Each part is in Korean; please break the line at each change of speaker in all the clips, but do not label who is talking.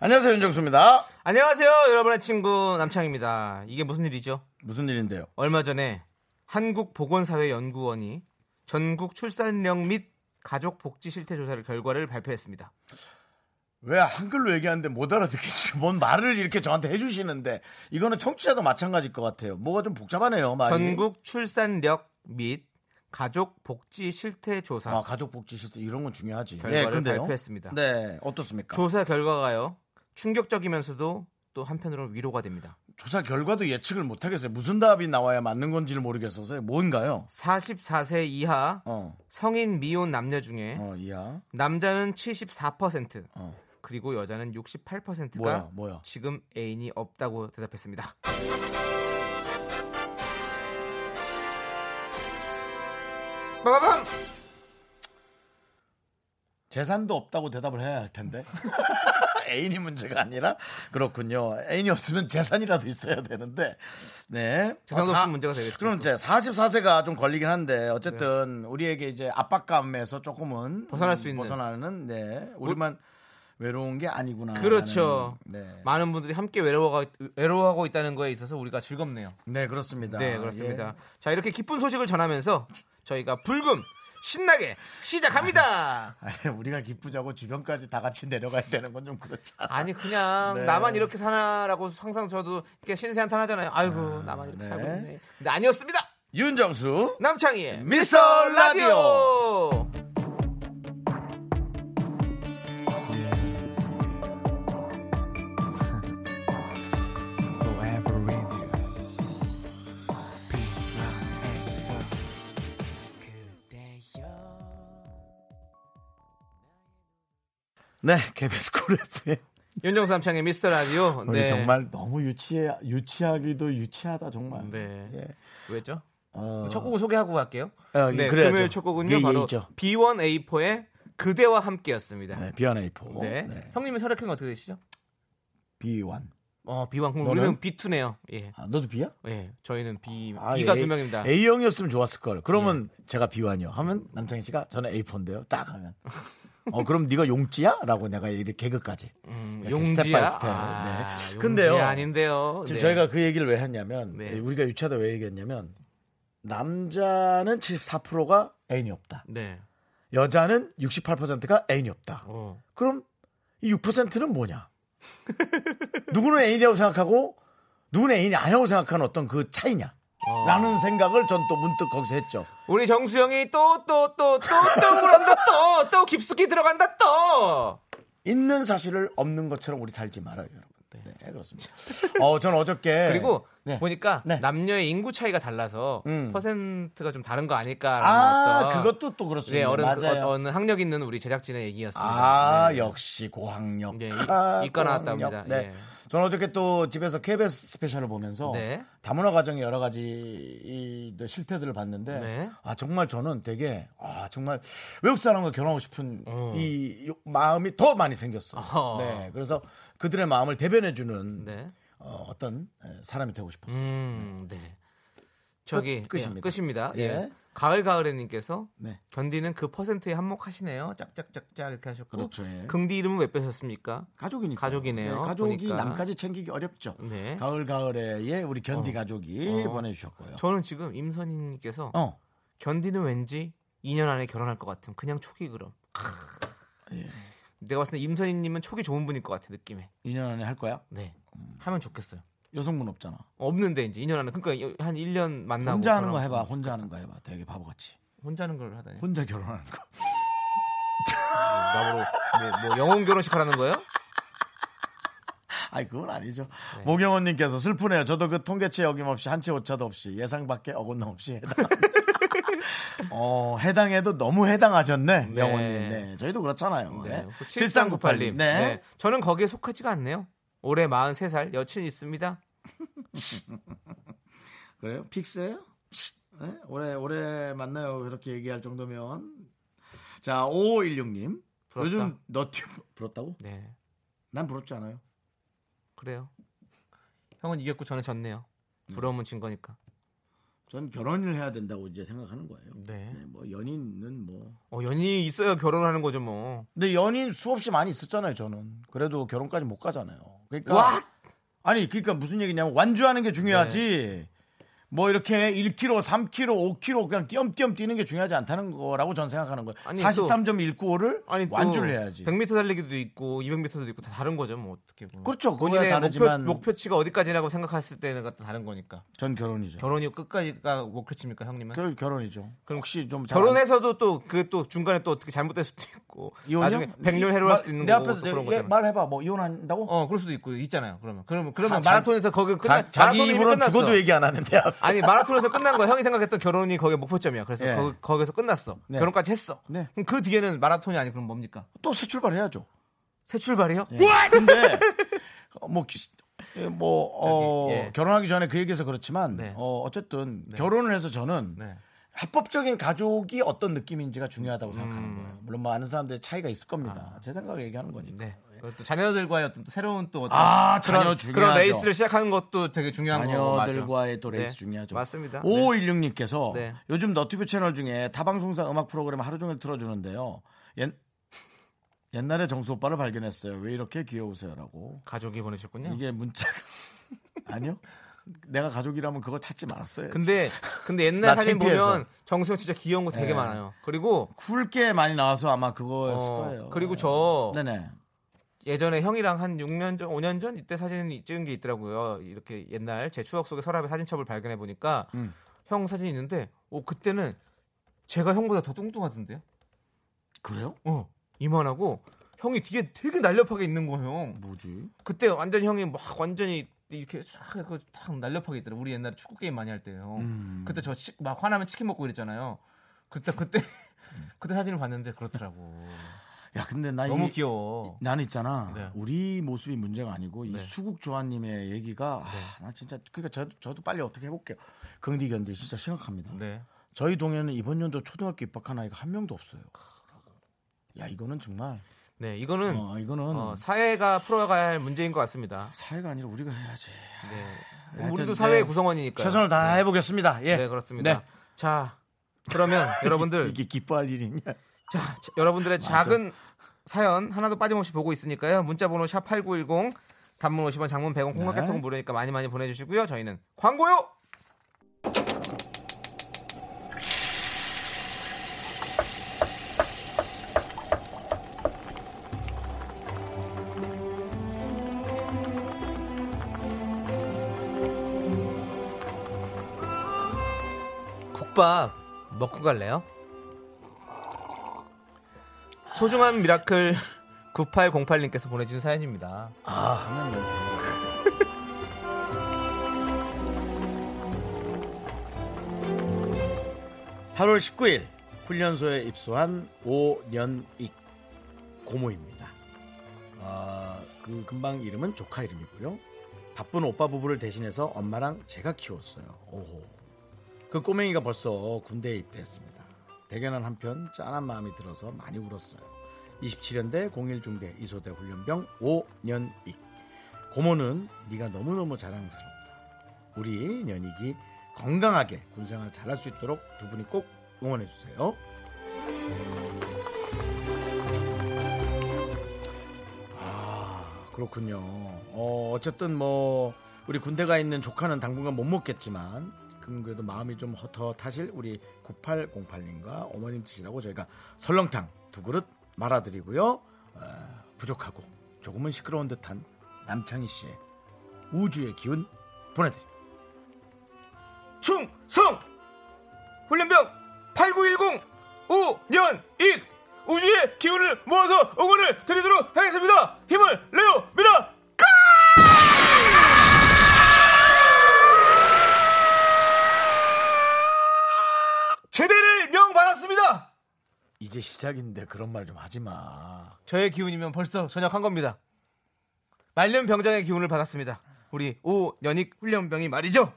안녕하세요 윤정수입니다.
안녕하세요, 여러분의 친구 남창입니다. 이게 무슨 일이죠?
무슨 일인데요?
얼마 전에 한국보건사회연구원이 전국 출산령 및 가족 복지 실태 조사를 결과를 발표했습니다.
왜 한글로 얘기하는데 못 알아듣겠지? 뭔 말을 이렇게 저한테 해주시는데 이거는 청취자도 마찬가지일 것 같아요. 뭐가 좀 복잡하네요. 말이.
전국 출산력 및 가족 복지 실태 조사
아, 가족복지 실태 이런 건 중요하지.
결과를
근데요?
발표했습니다.
네 어떻습니까?
조사 결과가요. 충격적이면서도 또 한편으로 위로가 됩니다.
조사 결과도 예측을 못 하겠어요. 무슨 답이 나와야 맞는 건지를 모르겠어서 뭔가요?
44세 이하
어,
성인 미혼 남녀 중에
어 이야.
남자는 74%
어.
그리고 여자는 68%가
뭐야, 뭐야?
지금 애인이 없다고 대답했습니다. 빠바밤!
재산도 없다고 대답을 해야 할 텐데. 애인이 문제가 아니라 그렇군요. 애인이 없으면 재산이라도 있어야 되는데. 네.
재산도
어, 사-
없으면 문제가 되겠죠. 네.
그럼 이제 44세가 좀 걸리긴 한데 어쨌든 우리에게 이제 압박감에서 조금은
벗어날 수
음,
있는.
벗어나는 네. 우리만 외로운 게 아니구나.
그렇죠.
라는, 네.
많은 분들이 함께 외로워가, 외로워하고 있다는 거에 있어서 우리가 즐겁네요.
네, 그렇습니다.
네,
예.
그렇습니다. 자, 이렇게 기쁜 소식을 전하면서 저희가 불금 신나게 시작합니다.
아니, 우리가 기쁘자고 주변까지 다 같이 내려가야 되는 건 좀 그렇죠. 그렇잖아.
아니 그냥
네.
나만 이렇게 사나라고 항상 저도 이렇게 신세한탄 하잖아요. 아이고 나만 이렇게
네.
살고 있네. 근데 아니었습니다.
윤정수
남창희의
미스터 라디오.
라디오.
네, KBS 쿨 FM.
윤정수 남창의 미스터 라디오. 네.
우리 정말 너무 유치해 유치하기도 유치하다 정말.
네.
예.
왜죠?
어,
첫 곡을 소개하고 갈게요.
어,
네,
그래야죠.
금요일 첫 곡은요
그게
바로
예의죠.
B1A4의 그대와 함께였습니다. 네.
네, B1A4.
형님은 혈액형 어떻게 되시죠?
B1.
어, B1. 그럼
너는?
우리는 B2네요. 예.
아, 너도 B야?
예. 저희는 B
아,
B가
예,
두 명입니다. 네.
A형이었으면 좋았을 걸. 그러면 제가 B1이요. 하면 남창희 씨가 저는 A4인데요. 딱 하면. 어 그럼 네가 용지야? 라고 내가 이렇게 개그까지.
음,
이렇게
용지야.
스텝 바이 스텝.
아,
네.
용지야
근데요.
아닌데요.
지금
네.
저희가 그 얘기를 왜 했냐면 예,
네.
우리가 유치하다 왜 얘기했냐면 남자는 74%가 애인이 없다.
네.
여자는 68%가 애인이 없다.
어.
그럼 이 6%는 뭐냐? 누구는 애인이라고 생각하고 누구는 애인이 아니라고 생각하는 어떤 그 차이냐? 라는 생각을 전 또 문득 거기서 했죠.
우리 정수영이 또 또 또 또또 물한다 또 또 깊숙이 들어간다 또.
있는 사실을 없는 것처럼 우리 살지 말아요, 여러분. 네, 그렇습니다. 어, 전 어저께
그리고
네.
보니까
네.
남녀의 인구 차이가 달라서
음.
퍼센트가 좀 다른 거 아닐까라는
아,
어떤
그것도 또 그렇습니다.
네, 어른 그
맞아요.
어, 어느 학력 있는 우리 제작진의 얘기였습니다.
아,
네.
역시 고학력.
네, 이-
아,
이과 나왔다
고학력.
합니다.
네.
예.
저는 어저께 또 집에서 KBS 스페셜을 보면서
네.
다문화 가정의 여러 가지 이 실태들을 봤는데
네.
아 정말 저는 되게 아 정말 외국 사람과 결혼하고 싶은
어.
이 욕- 마음이 더 많이 생겼어.
어허.
네. 그래서 그들의 마음을 대변해 주는
네.
어, 떤 사람이 되고 싶었어요.
음, 네. 저기
끝- 끝입니다.
예, 끝입니다.
예.
예. 가을 가을에님께서
네.
견디는 그 퍼센트에 한몫하시네요. 짝짝짝짝 이렇게 하셨고.
그렇죠, 예.
긍디 이름은 왜 빼셨습니까?
가족이니까.
어, 가족이네요,
가족이
보니까.
남까지 챙기기 어렵죠.
네.
가을 가을에 예, 우리 견디 가족이
어.
보내주셨고요.
저는 지금 임선희님께서
어.
견디는 왠지 2년 안에 결혼할 것 같은 그냥 초기 그럼.
예.
내가 봤을 때 임선희님은 초기 좋은 분일 것 같아 느낌에.
2년 안에 할 거야?
네.
음.
하면 좋겠어요.
여성분 없잖아.
없는데 이제 2년 안에 그러니까 한 1년 만나고
혼자 하는 거
결혼하고
해봐. 혼자 하는 거 해봐. 되게 바보같이.
혼자 하는 걸 하다니.
혼자 결혼하는 거.
나보고 뭐, 뭐 영혼 결혼식 하라는 거예요?
아니 그건 아니죠.
네.
모경원님께서 슬프네요. 저도 그 통계치 어김없이 한치 오차도 없이 예상밖에 어긋남 없이 해당. 어, 해당해도 너무 해당하셨네. 명호님.
네.
네. 저희도 그렇잖아요.
네.
네.
7398님.
네.
네. 저는 거기에 속하지가 않네요. 올해 43살 여친 있습니다.
그래요? 픽스예요? 네? 올해 올해 만나요. 그렇게 얘기할 정도면. 자, 5516님.
부럽다.
요즘 너튜브 부럽다고?
네.
난 부럽지 않아요.
그래요. 형은 이겼고 저는 졌네요. 부러움은 진 거니까.
전 결혼을 해야 된다고 이제 생각하는 거예요.
네.
네, 뭐 연인은 뭐.
어, 연인이 있어야 결혼하는 거죠, 뭐.
근데 연인 수없이 많이 있었잖아요. 저는 그래도 결혼까지 못 가잖아요. 그러니까
와!
아니 그러니까 무슨 얘기냐면 완주하는 게 중요하지. 뭐 이렇게 1kg, 3kg, 5kg 그냥 띄엄띄엄 뛰는 게 중요하지 않다는 거라고 전 생각하는 거예요.
아니,
43.195를
아니 또
완주를 해야지.
100m 달리기도 있고 200m도 있고 다 다른 거죠, 뭐 어떻게 보면.
그렇죠. 그거야
본인의
다르지만-
목표, 목표치가 어디까지라고 생각했을 때는 또 다른 거니까.
전 결혼이죠.
결혼이 끝까지가 목표치입니까, 형님은?
결, 결혼이죠.
그럼
혹시 좀 잘 안-
결혼해서도 또 그 또 중간에 또 어떻게 잘못될 수도 있고
이혼이요?
나중에 백년 해로할 수도 있는
내
거고
앞에서
또 그런
내가 얘
거잖아요.
말해봐. 뭐 이혼한다고?
어, 그럴 수도 있고 있잖아요. 그러면 그러면 그러면
아, 자-
마라톤에서 거기
자,
끝나
기
마라톤이 이미
입으로는
끝났어.
죽어도 얘기 안 하는데. 앞에.
아니 마라톤에서 끝난 거야. 형이 생각했던 결혼이 거기에 목표점이야. 그래서
예.
거, 거기서 끝났어.
네.
결혼까지 했어.
네.
그럼 그 뒤에는 마라톤이 아니 그럼 뭡니까?
또 새 출발해야죠.
새 출발이요?
예. 근데 어, 뭐, 기- 예, 뭐 어,
저기, 예.
결혼하기 전에 그 얘기해서 그렇지만
네.
어, 어쨌든 결혼을 해서 저는
네.
합법적인 가족이 어떤 느낌인지가 중요하다고
음.
생각하는 거예요. 물론 많은 사람들의 차이가 있을 겁니다. 제 생각을 얘기하는 거니까.
아. 네. 그리고 또 자녀들과의 어떤 또 새로운 또 어떤
아, 자녀
그런,
중요하죠.
그런 레이스를 시작하는 것도 되게 중요한 거 어, 맞죠.
자녀들과의 또 레이스
네.
중요하죠.
맞습니다.
5516님께서
네.
요즘 너튜브 채널 중에 타방송사 음악 프로그램 하루 종일 틀어주는데요. 옛, 옛날에 정수 오빠를 발견했어요. 왜 이렇게 귀여우세요라고.
가족이 보내셨군요.
이게 문자가 아니요. 내가 가족이라면 그걸 찾지 말았어요.
근데 근데
나
옛날 사진
창피해서.
보면 정수형 진짜 귀여운 거 되게
네.
많아요. 그리고
굵게 많이 나와서 아마 그거였을
어,
거예요.
그리고 저
네네.
예전에 형이랑 한 6년 전, 5년 전 이때 사진 찍은 게 있더라고요. 이렇게 옛날 제 추억 속의 서랍에 사진첩을 발견해 보니까
음.
형 사진이 있는데, 오 그때는 제가 형보다 더 뚱뚱하던데요.
그래요?
어, 이만하고 형이 뒤에 되게 날렵하게 있는 거예요. 형.
뭐지?
그때 완전 형이 막 완전히 이렇게 싹딱 날렵하게 있더라. 우리 옛날에 축구 게임 많이 할 때요.
음.
어. 그때 저 막 화나면 치킨 먹고 이랬잖아요. 그때 그때 그때 사진을 봤는데 그렇더라고.
야 근데 나
너무
아, 이,
귀여워.
난 있잖아.
어. 네.
우리 모습이 문제가 아니고 이
네.
수국 조아님의 얘기가 아, 나 진짜 그러니까 저도, 저도 빨리 어떻게 해볼게요. 긍디 견디 진짜 심각합니다.
네.
저희 동에는 이번 연도 초등학교 입학한 아이가 한 명도 없어요. 야 이거는 정말
네, 이거는
어, 이거는
어, 사회가 풀어가야 할 문제인 것 같습니다.
사회가 아니라 우리가 해야지.
네.
하여튼,
우리도
네.
사회의 구성원이니까.
최선을 다해 보겠습니다. 예.
네, 그렇습니다.
네.
자, 그러면 여러분들,
이게 기뻐할 일이냐?
자, 자, 여러분들의 작은 사연 하나도 빠짐없이 보고 있으니까요. 문자번호 샵 #8910 단문 50원, 장문
네.
100원, 콩깍개통 무료니까 많이 많이 보내주시고요. 저희는 광고요. 국밥 먹고 갈래요? 소중한 미라클 9808님께서 보내준 사연입니다.
아, 하면 돼. (8월 19일) 훈련소에 입소한 5년익 고모입니다 아, 그 금방 이름은 조카 이름이고요 바쁜 오빠 부부를 대신해서 엄마랑 제가 키웠어요 오호. 그 꼬맹이가 벌써 군대에 입대했습니다 대견한 한편 짠한 마음이 들어서 많이 울었어요 27연대 01중대 이소대 훈련병 5년익 고모는 네가 너무너무 자랑스럽다. 우리 연익이 건강하게 군생활 잘할 수 있도록 두 분이 꼭 응원해 주세요. 아 그렇군요. 어, 어쨌든 뭐 우리 군대가 있는 조카는 당분간 못 먹겠지만 그럼 그래도 마음이 좀 허터하실 우리 9808님과 어머님 드시라고 저희가 설렁탕 두 그릇 말아드리고요. 어, 부족하고 조금은 시끄러운 듯한 남창희 씨의 우주의 기운 보내드립니다.
충성 훈련병 8910 5년 1 우주의 기운을 모아서 응원을 드리도록 하겠습니다 힘을 내요 미라 제대를
이제 시작인데 그런 말 좀 하지 마.
저의 기운이면 벌써 전역한 겁니다. 말년 병장의 기운을 받았습니다. 우리 오연익 훈련병이 말이죠.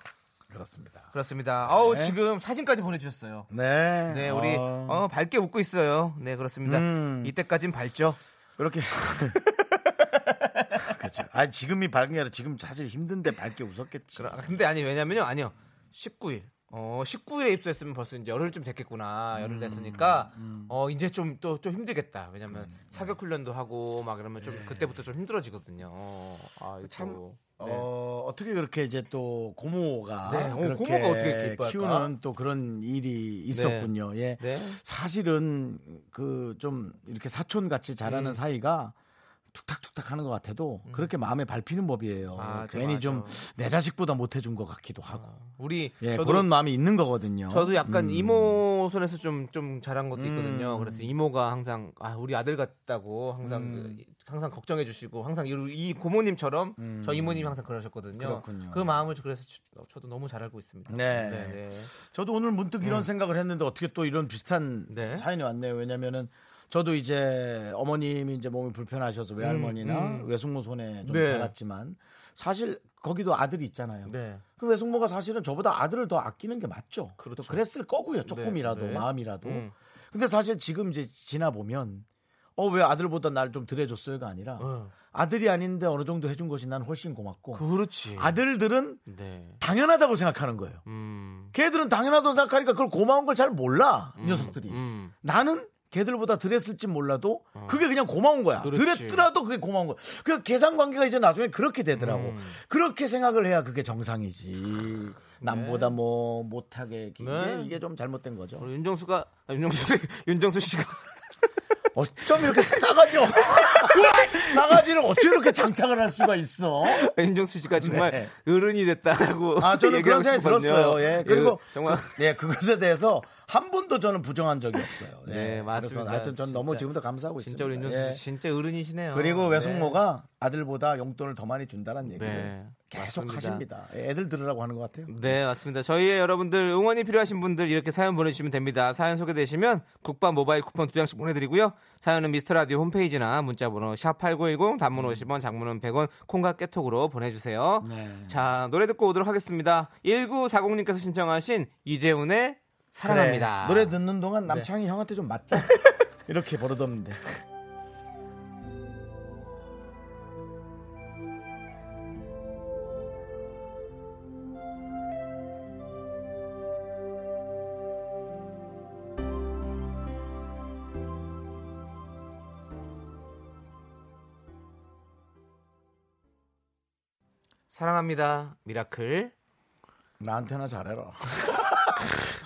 그렇습니다.
그렇습니다. 아우 지금 사진까지 보내주셨어요.
네.
네, 우리
어,
어, 밝게 웃고 있어요. 네, 그렇습니다.
음.
이때까진 밝죠.
그렇게. 그렇죠. 아 지금이 밝은 게 아니라 지금 사실 힘든데 밝게 웃었겠지.
그러- 아, 근데 아니 왜냐면요, 아니요, 19일. 어, 19일에 입소했으면 벌써 이제 열흘쯤 됐겠구나. 열흘 됐으니까 어, 이제 좀 또 좀 힘들겠다. 왜냐면 사격 훈련도 하고 막 이러면 좀 그때부터 좀 힘들어지거든요. 어, 아,
참,
참.
어, 어떻게 그렇게 이제 또 고모가
네, 어,
그렇게
고모가 어떻게 이렇게 이뻐할까?
키우는 또 그런 일이 있었군요. 예.
네.
사실은 그 좀 이렇게 사촌 같이 자라는
음.
사이가 툭탁툭탁 하는 것 같아도 그렇게 마음에 밟히는 법이에요.
맞아,
괜히
맞아.
좀 내 자식보다 못해준 것 같기도 하고.
우리
예,
저도
그런 마음이 있는 거거든요.
저도 약간
음.
이모 손에서 좀, 좀 자란 것도 있거든요.
음.
그래서 이모가 항상, 아, 우리 아들 같다고 항상,
음.
그- 항상 걱정해 주시고, 항상 이, 이 고모님처럼 저 이모님이 항상 그러셨거든요.
그렇군요.
그 마음을 저- 그래서 저- 저도 너무 잘 알고 있습니다.
네.
네.
저도 오늘 문득 이런 생각을 했는데 어떻게 또 이런 비슷한
네.
사연이 왔네요. 왜냐면은 저도 이제 어머님이 이제 몸이 불편하셔서 외할머니나 외숙모 손에 좀
음, 네.
자랐지만 사실 거기도 아들이 있잖아요.
네.
그 외숙모가 사실은 저보다 아들을 더 아끼는 게 맞죠.
그렇죠.
또 그랬을 거고요. 조금이라도
네, 네.
마음이라도.
음.
근데 사실 지금 이제 지나 보면 어 왜 아들보다 날 좀 들해줬어요가 아니라
어.
아들이 아닌데 어느 정도 해준 것이 난 훨씬 고맙고
그렇지.
어. 아들들은
네.
당연하다고 생각하는 거예요.
음.
걔들은 당연하다고 생각하니까 그걸 고마운 걸 잘 몰라 이 녀석들이.
음. 어.
나는 걔들보다 덜했을지 몰라도 그게 그냥 고마운 거야.
그렇지.
덜했더라도 그게 고마운 거야. 그 계산 관계가 이제 나중에 그렇게 되더라고.
음.
그렇게 생각을 해야 그게 정상이지. 남보다 뭐 못하게 이게,
아, 네.
이게 좀 잘못된 거죠.
우리 윤정수가, 아, 윤정수, 윤정수 씨가.
어쩜 이렇게 싸가지 없- 싸가지를 어쩜 이렇게 장착을 할 수가 있어?
윤정수 씨가 정말
네.
어른이 됐다라고.
아 저는 그런
얘기하고
생각이
싶거든요.
들었어요. 예 그리고
예, 정말.
그, 예 그것에 대해서 한 번도 저는 부정한 적이 없어요. 예,
네, 맞습니다.
그래서 하여튼 전 너무
진짜-
지금도 감사하고
진짜 우리
있습니다.
윤정수 씨
예.
진짜 어른이시네요.
그리고
네.
외숙모가 아들보다 용돈을 더 많이 준다는 얘기를
네,
계속
맞습니다.
하십니다. 예, 애들 들으라고 하는 것 같아요.
네 맞습니다 저희의 여러분들 응원이 필요하신 분들 이렇게 사연 보내주시면 됩니다 사연 소개되시면 국밥 모바일 쿠폰 두 장씩 보내드리고요 사연은 미스터라디오 홈페이지나 문자번호 샵8910 단문 50원 장문은 100원 콩과 깨톡으로 보내주세요
네.
자 노래 듣고 오도록 하겠습니다 1940님께서 신청하신 이재훈의 사랑합니다 네.
노래 듣는 동안 남창희 형한테 좀 맞자. 이렇게 버릇없는데.
사랑합니다 미라클
나한테나 잘해라.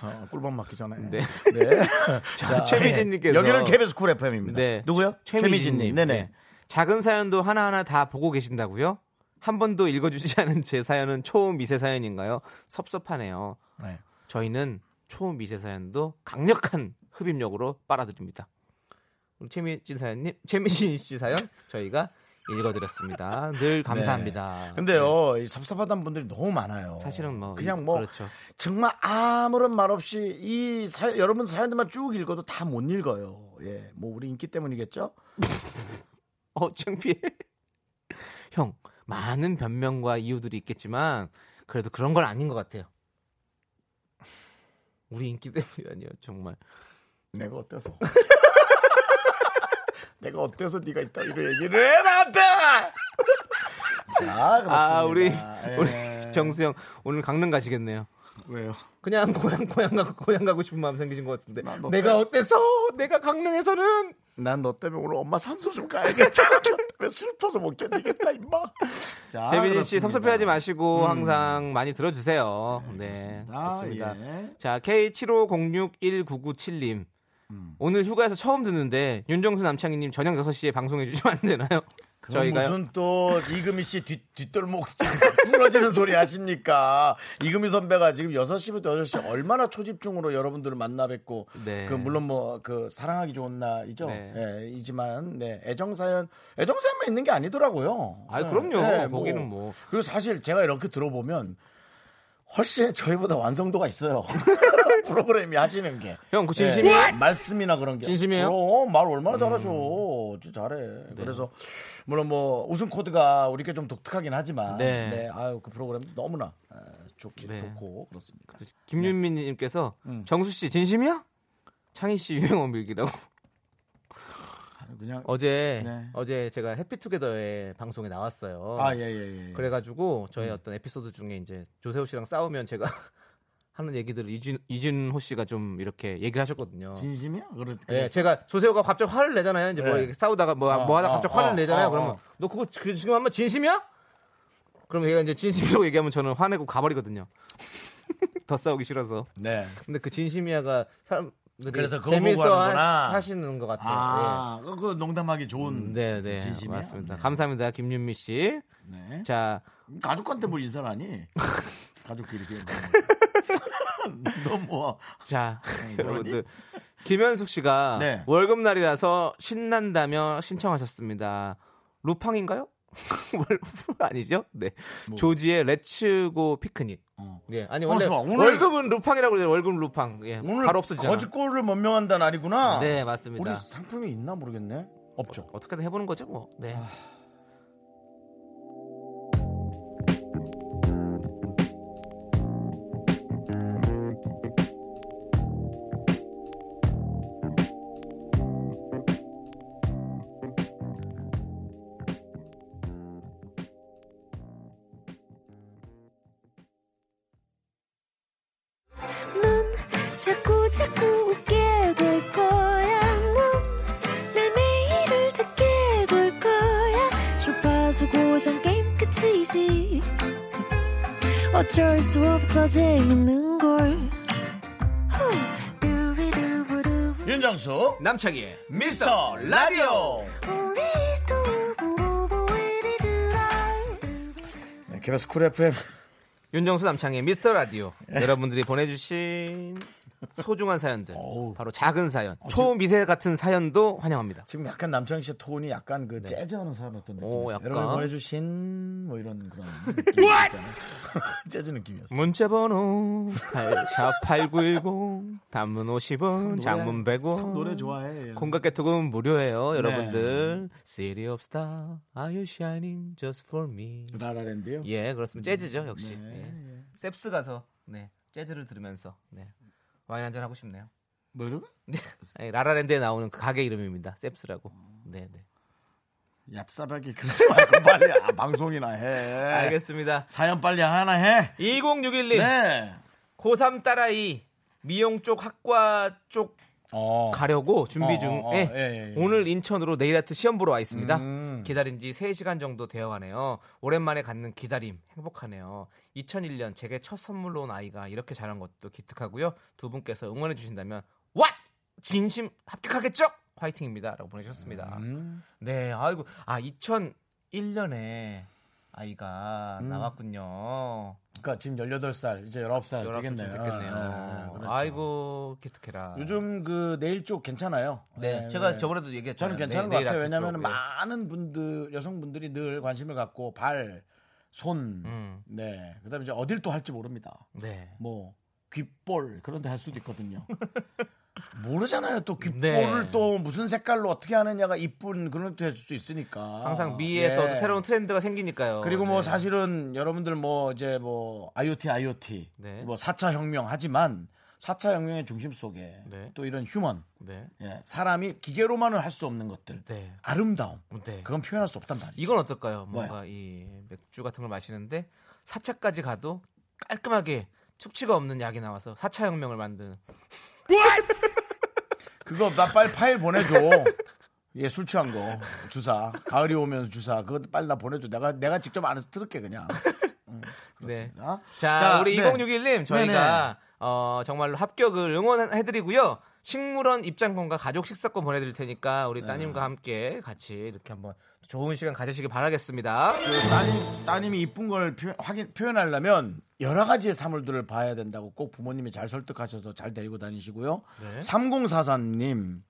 어, 꿀밤 맞기 전에.
네.
자,
최미진님께서.
여기는 KBS 쿨 FM입니다.
네.
누구요?
최미진님.
네네.
네. 작은 사연도 하나하나 다 보고 계신다고요? 한 번도 읽어주지 않은 제 사연은 초미세 사연인가요? 섭섭하네요.
네.
저희는 초미세 사연도 강력한 흡입력으로 빨아드립니다. 우리 최미진 사연님, 최미진 씨 사연 저희가 읽어드렸습니다. 늘 감사합니다.
네. 근데요, 이 섭섭하다는 분들이 너무 많아요.
네. 아, 사실은 뭐
그냥 뭐
그렇죠.
정말 아무런 말 없이 이 사, 여러분 사연들만 쭉 읽어도 다 못 읽어요. 예, 뭐 우리 인기 때문이겠죠?
어, 창피해. 형, 많은 변명과 이유들이 있겠지만 그래도 그런 건 아닌 것 같아요. 우리 인기 때문이라니요, 정말.
내가 어때서? 내가 어때서 네가 있다 이런 얘기를 해 나한테? 자, 그렇습니다.
아, 우리
예.
우리 정수형 오늘 강릉 가시겠네요.
왜요?
그냥 고향 고향 가고 고향 가고 싶은 마음 생기신 것 같은데.
난너
내가 어때서? 내가 강릉에서는
난 너 때문에 오늘 엄마 산소 좀 가야겠다. 왜 슬퍼서 못 견디겠다 임마. 자,
재민진 씨
아, 그렇습니다. 음.
섭섭해하지 마시고 항상 많이 들어주세요. 네,
아,
그렇습니다.
예.
자, K75061997님.
음.
오늘 휴가에서 처음 듣는데 윤정수 남창희님 저녁 6시에 방송해 주시면 안 되나요?
그건
저희가요.
무슨 또 이금희 씨 뒷, 뒷돌목 쓰러지는 소리 하십니까? 이금희 선배가 지금 6시부터 8시 얼마나 초집중으로 여러분들을 만나 뵙고
네.
그 물론 뭐 그 사랑하기 좋은 날이죠.
네.
예, 이지만 네, 애정 사연 애정 사연만 있는 게 아니더라고요.
아,
예,
그럼요.
예,
거기는 뭐.
그리고 사실 제가 이렇게 들어보면 훨씬 저희보다 완성도가 있어요. 프로그램이 하시는 게.
형, 그
예,
진심이에요?
말씀이나 그런 게.
진심이에요? 음. 네.
그럼 말 얼마나 잘하죠. 진짜 잘해. 그래서 물론 뭐 웃음 코드가 우리께 좀 독특하긴 하지만
네.
네, 아유 그 프로그램 너무나 에, 좋기
네.
좋고 그렇습니다.
김윤미님께서
음.
정수 씨 진심이야? 창희 씨 유행어 밀기라고.
그냥
어제
네.
어제 제가 해피투게더의 방송에 나왔어요.
아 예 예 예.
그래가지고 저의 어떤 에피소드 중에 이제 조세호 씨랑 싸우면 제가 하는 얘기들을 이준 이준호 씨가 좀 이렇게 얘기를 하셨거든요.
진심이야? 그렇
예, 제가 조세호가 갑자기 화를 내잖아요. 이제 뭐
네.
이렇게 싸우다가 뭐,
어,
뭐 하다
어,
갑자기
어,
화를
어,
내잖아요.
어,
그러면
어.
너 그거 그 지금 한번 진심이야? 그럼 얘가 이제 진심이라고 얘기하면 저는 화내고 가버리거든요. 더 싸우기 싫어서.
네.
근데 그 진심이야가 사람들이
그래서 그거 보고
재밌어
하는구나.
하, 시는것 같아요.
아, 그거- 그거 농담하기 좋은
예. 네, 네,
진심이야.
맞습니다.
네.
감사합니다, 김윤미 씨.
네.
자,
가족한테 뭘 인사를 하니? 가족끼리 그냥 뭐. 너무 어,
자,
그러니?
여러분들. 김현숙 씨가
네.
월급날이라서 신난다며 신청하셨습니다. 루팡인가요? 월급 아니죠? 네.
뭐.
조지의 레츠고 피크닉.
어.
예. 아니,
어,
원래
좋아. 오늘-
월급은 루팡이라고 그래요. 월급 루팡. 예.
오늘
바로 없어지잖아요.
거짓골을 못 명한다 는 아니구나.
네, 맞습니다.
우리 상품이 있나 모르겠네. 없죠.
어떻게든 해보는 거죠, 뭐. 네.
아.
넌 자꾸 자꾸 웃게 될 거야. 넌내 매일을 듣게 될 거야. 주파수 고정 게임 끝이지. 어쩔 수 없어 재밌는 걸. 후. 두비두부두.
윤정수
남창희의
미스터 라디오.
우리 두부부부 우리 두라. 두비두부.
네, KBS 쿨 FM
윤정수 남창의 미스터 라디오
네.
여러분들이 보내주신 소중한 사연들
어.
바로 작은 사연 초미세 같은 사연도 환영합니다
지금 약간 남창희 씨의 톤이 약간 그 재즈하는 사람 어떤
네. 오,
느낌이었어요.
약간.
여러분 보내주신 뭐 이런 그런 느낌 있잖아요. 재즈 느낌이었어. 요
문자번호 8910 단문 50원 장문 100원
노래 네. 좋아해. 얘는.
음. 공각 개톡은 무료예요 여러분들 City of Star Are you shining just for me
라라랜드요.
예 그렇습니다 재즈죠
네,
역시 예. 셉스 가서 네 재즈를 들으면서 네 와인 한잔 하고 싶네요
뭐 이런?
네. 아니, 라라랜드에 나오는 그 가게 이름입니다. 셉스라고. 네, 네.
얍삽하게 그러지 말고 빨리 아, 방송이나 해.
알겠습니다. 예.
사연 빨리 하나 해.
2061님
네.
고3 딸아이 미용 쪽 학과 쪽
어.
가려고 준비
어,
중에
어, 어. 예, 예, 예.
오늘 인천으로 네일 아트 시험 보러 와 있습니다.
음.
기다린 지 3시간 정도 되어 가네요. 오랜만에 갖는 기다림 행복하네요. 2001년 제게 첫 선물로 온 아이가 이렇게 자란 것도 기특하고요. 두 분께서 응원해 주신다면 왓! 진심 합격하겠죠? 화이팅입니다라고 보내셨습니다.
음.
네, 아이고, 아 2001년에 아이가
음.
나왔군요.
그러니까 지금 18살, 이제 19살
19살 쯤
되겠네요.
됐겠네요.
아, 아, 그렇죠.
아이고, 기특해라.
요즘 그 네일 쪽 괜찮아요.
네,
네,
제가
네.
저번에도
저는
얘기했잖아요.
괜찮은
네,
것 같아요.
네일 아트
왜냐하면
쪽.
많은 분들 여성분들이 늘 관심을 갖고 발, 손,
음.
네, 그다음에 이제 어딜 또 할지 모릅니다.
네.
뭐 귓볼 그런데 할 수도 있거든요. 모르잖아요. 또 귓볼을
네.
또 무슨 색깔로 어떻게 하느냐가 이쁜 그런 것도 해줄 수 있으니까.
항상 미에서
예.
새로운 트렌드가 생기니까요.
그리고 뭐
네.
사실은 여러분들 뭐 이제 뭐 IoT, IoT,
네.
뭐 4차 혁명 하지만 4차 혁명의 중심 속에
네.
또 이런 휴먼,
네.
예, 사람이 기계로만은 할 수 없는 것들,
네.
아름다움,
네.
그건 표현할 수 없단 말이죠.
이건 어떨까요?
뭐야?
뭔가 이 맥주 같은 걸 마시는데 사차까지 가도 깔끔하게 숙취가 없는 약이 나와서 사차 혁명을 만드는 네.
그거 나 빨리 파일 보내줘. 예, 술 취한 거 주사. 가을이 오면 주사. 그거 빨리 나 보내줘. 내가 내가 직접 안에서 들을게 그냥.
네.
아?
자, 우리
네.
2061님 저희가 어, 정말로 합격을 응원해드리고요. 식물원 입장권과 가족 식사권 보내드릴 테니까 우리 따님과 함께 같이 이렇게 한번 좋은 시간 가지시길 바라겠습니다.
그 따님 따님이 이쁜 걸 표현, 확인 표현하려면 여러 가지의 사물들을 봐야 된다고 꼭 부모님이 잘 설득하셔서 잘 데리고 다니시고요.
네.
3043님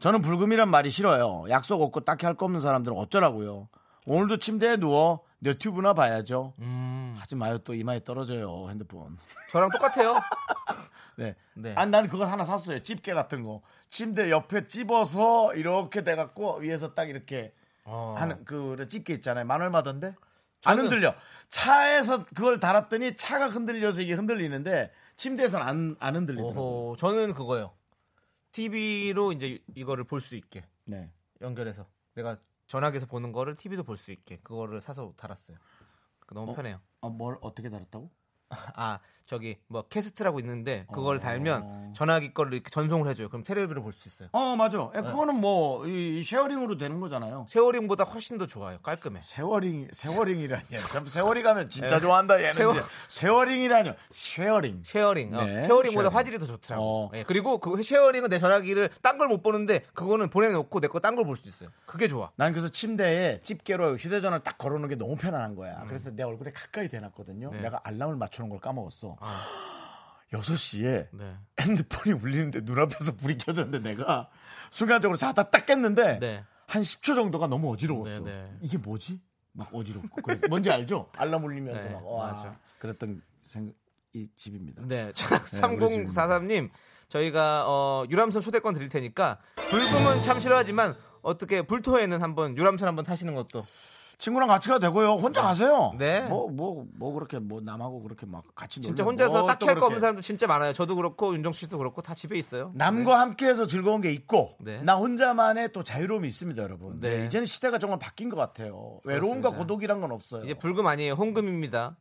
저는 불금이란 말이 싫어요. 약속 없고 딱히 할 거 없는 사람들은 어쩌라고요. 오늘도 침대에 누워 너튜브나 봐야죠.
음.
하지 마요 또 이마에 떨어져요 핸드폰.
저랑 똑같아요.
네.
네.
아, 난 그거 하나 샀어요. 집게 같은 거. 침대 옆에 찝어서 이렇게 돼갖고 위에서 딱 이렇게
어.
하는 그 집게 있잖아요. 만 얼마던데? 안
저는-
흔들려. 차에서 그걸 달았더니 차가 흔들려서 이게 흔들리는데 침대에서는 안, 안 흔들리더라고요.
오호, 저는 그거요. TV로 이제 이거를 볼 수 있게
네.
연결해서 내가 전화기에서 보는 거를 TV도 볼 수 있게 그거를 사서 달았어요. 그 너무 편해요.
아, 뭘 어떻게 달았다고?
아 저기 뭐 캐스트라고 있는데 그걸 달면 전화기 거를 이렇게 전송을 해줘요. 그럼 텔레비를 볼 수 있어요.
어, 맞아.
네.
예, 그거는 뭐, 이, 이 쉐어링으로 되는 거잖아요.
세월링보다 훨씬 더 좋아요. 깔끔해.
세월링, 세월링이라니. 참 세월이 가면 진짜 좋아한다, 얘는.
네. 세월-
이제. 세월링이라뇨. 쉐어링.
쉐어링. 어,
네,
쉐어링보다
쉐어링.
화질이 더 좋더라고.
어.
예, 그리고 그 쉐어링은 내 전화기를 딴 걸 못 보는데 그거는 보내놓고 내 거 딴 걸 볼 수 있어요. 그게 좋아.
난 그래서 침대에 집게로 휴대전화를 딱 걸어놓은 게 너무 편안한 거야. 그래서 내 얼굴에 가까이 대놨거든요.
음. 네.
내가 알람을 맞춰놓은 걸 까먹었어. 6시에
아, 네.
핸드폰이 울리는데 눈앞에서 불이 켜졌는데 내가 순간적으로 자다 딱 깼는데
네.
한 10초 정도가 너무 어지러웠어.
네, 네.
이게 뭐지? 막 어지럽고. 그래서 뭔지 알죠? 알람 울리면서
네,
막 와.
맞아.
그랬던 생각, 이 집입니다.
네.
우리 집입니다.
3043님 저희가 어, 유람선 초대권 드릴 테니까 불금은 참 싫어하지만 어떻게 불토에는 한번 유람선 한번 타시는 것도
친구랑 같이 가도 되고요. 혼자 가세요.
네.
뭐, 뭐, 뭐 그렇게 뭐 남하고 그렇게 막 같이 뭐 놀
진짜 혼자서 딱히 할 거 없는 사람도 진짜 많아요. 저도 그렇고 윤정수 씨도 그렇고 다 집에 있어요.
남과 함께해서 즐거운 게 있고
네.
나 혼자만의 또 자유로움이 있습니다, 여러분.
네.
네, 이제는 시대가 정말 바뀐 것 같아요. 외로움과 고독이란 건 없어요.
네. 이제 불금 아니에요. 홍금입니다.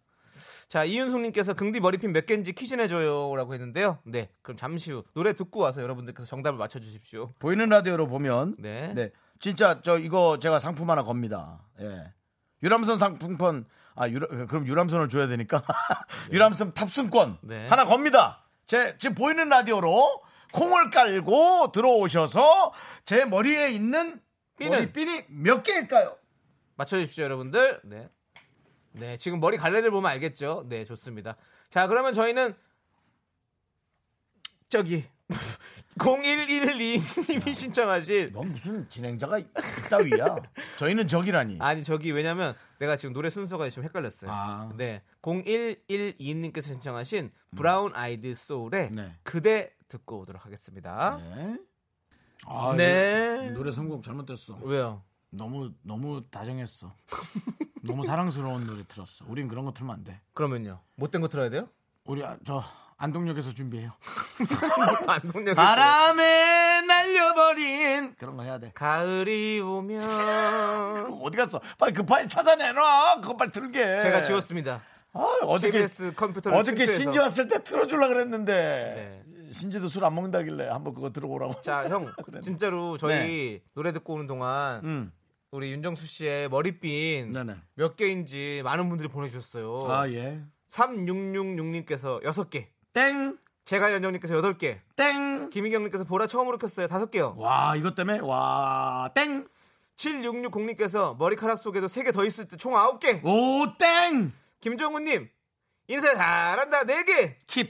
자, 이윤숙님께서 긍디 머리핀 몇 개인지 퀴즈 내줘요. 라고 했는데요. 네. 그럼 잠시 후 노래 듣고 와서 여러분들께서 정답을 맞춰주십시오.
보이는 라디오로 보면
네.
네. 진짜 저 이거 제가 상품 하나 겁니다. 예. 유람선 상품권 아 유라- 그럼 유람선을 줘야 되니까 유람선 탑승권
네.
하나 겁니다. 제 지금 보이는 라디오로 콩을 깔고 들어오셔서 제 머리에 있는
삐는?
머리핀이 몇 개일까요?
맞춰주십시오, 여러분들. 네. 네. 지금 머리 갈래를 보면 알겠죠? 네. 좋습니다. 자, 그러면 저희는 저기
아.
0112님이 신청하신
넌 무슨 진행자가 이따위야? 저희는 적이라니.
아니 저기 왜냐면 내가 지금 노래 순서가 지금 헷갈렸어요.
아.
네. 0112님께서 신청하신 브라운 아이드 소울의
네.
그대 듣고 오도록 하겠습니다.
네.
네.
노래 선곡 잘못됐어.
왜요?
너무 너무 다정했어. 너무 사랑스러운 노래 들었어. 우린 그런 거 틀면 안 돼.
그러면요. 못된 거 들어야 돼요?
우리 아- 저 안동역에서 준비해요.
안동역
바람에 날려버린 그런 거 해야 돼.
가을이 오면
어디 갔어? 빨리 그 파일 찾아내놔. 그거 빨리 들게.
제가 지웠습니다.
아, 어저께
KBS 컴퓨터를
어저께
출수해서. 네.
신지 왔을 때 틀어주려 그랬는데 신지도 술 안 먹는다길래 한번 그거 들어오라고.
자, 형 진짜로 저희 노래 듣고 오는 동안
네. 음.
우리 윤정수 씨의 머리핀
네네.
몇 개인지 많은 분들이 보내주셨어요.
아 예.
3666님께서 6개,
땡
제가 연정님께서 8개,
땡.
김인경님께서 보라 처음으로 켰어요 5개요.
와 이것 때문에 와 땡.
7660님께서 머리카락 속에도 3개 더 있을 때 총 9개.
오 땡.
김정훈님 인사 잘한다 4개.
킵.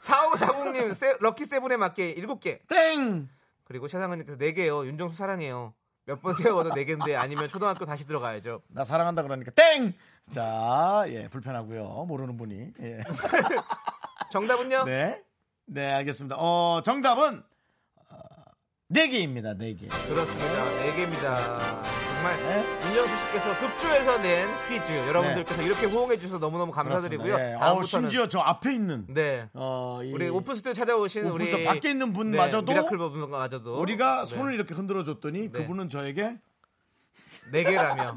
4540님 세, 럭키 세븐에 맞게 7개.
땡.
그리고 최상은님께서 4개요. 윤정수 사랑해요. 몇 번 세워도 4개인데 아니면 초등학교 다시 들어가야죠.
나 사랑한다 그러니까 땡. 자, 예, 불편하고요. 모르는 분이. 예.
정답은요?
네. 네, 알겠습니다. 어, 정답은 어, 네 개입니다. 네 개.
그렇습니다. 4개입니다. 정말
네.
윤정수 씨께서 급조해서 낸 퀴즈 여러분들께서 이렇게 호응해 주셔서 너무너무 감사드리고요.
그렇습니다. 예.
다음부터는
어, 심지어 저 앞에 있는
네.
어, 이,
우리 오픈 스튜디오 찾아오신
오픈
우리
스튜디오 밖에 있는 분마저도
네, 미라클 분마저도
우리가 손을 이렇게 흔들어 줬더니
네.
그분은 저에게
네 개라며.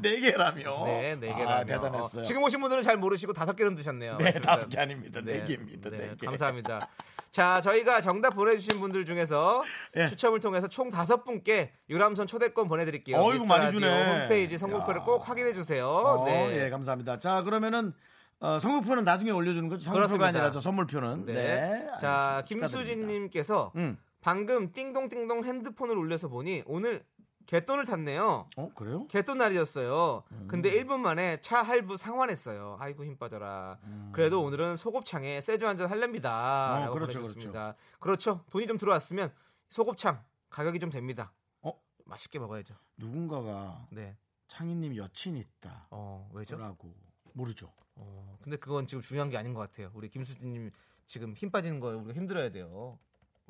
네 개라며.
네, 네 개라며.
아, 대단했어요.
어, 지금 오신 분들은 잘 모르시고 다섯 개는 드셨네요.
네,
맞습니다.
다섯 개 아닙니다. 네, 개입니다. 네, 개.
감사합니다. 자, 저희가 정답 보내주신 분들 중에서
예.
추첨을 통해서 총 다섯 분께 유람선 초대권 보내드릴게요.
어이구,
미스터
많이 주네.
라디오 홈페이지 선곡표를
야.
꼭 확인해 주세요.
어,
네.
예, 감사합니다. 자, 그러면은 어, 선물표는 나중에 올려주는 거죠? 선물표가
그렇습니다.
아니라 저 선물표는.
네.
네.
자,
알겠습니다. 축하드립니다.
김수진님께서
음.
방금 띵동띵동 핸드폰을 울려서 보니 오늘 개돈을 탔네요.
어, 그래요?
개돈 날이었어요.
음.
근데 1분 만에 차 할부 상환했어요. 아이고 힘 빠져라. 그래도
음,
오늘은 소곱창에 세주 한잔 할랍니다.
어,
라고
그렇죠,
보내주셨습니다. 그렇죠. 돈이 좀 들어왔으면 소곱창 가격이 좀 됩니다.
어?
맛있게 먹어야죠.
누군가가
네.
창희님 여친 있다.
어, 왜죠?
라고 모르죠.
어, 근데 그건 지금 중요한 게 아닌 것 같아요. 우리 김수진님 지금 힘 빠지는 거에 우리가 힘들어야 돼요.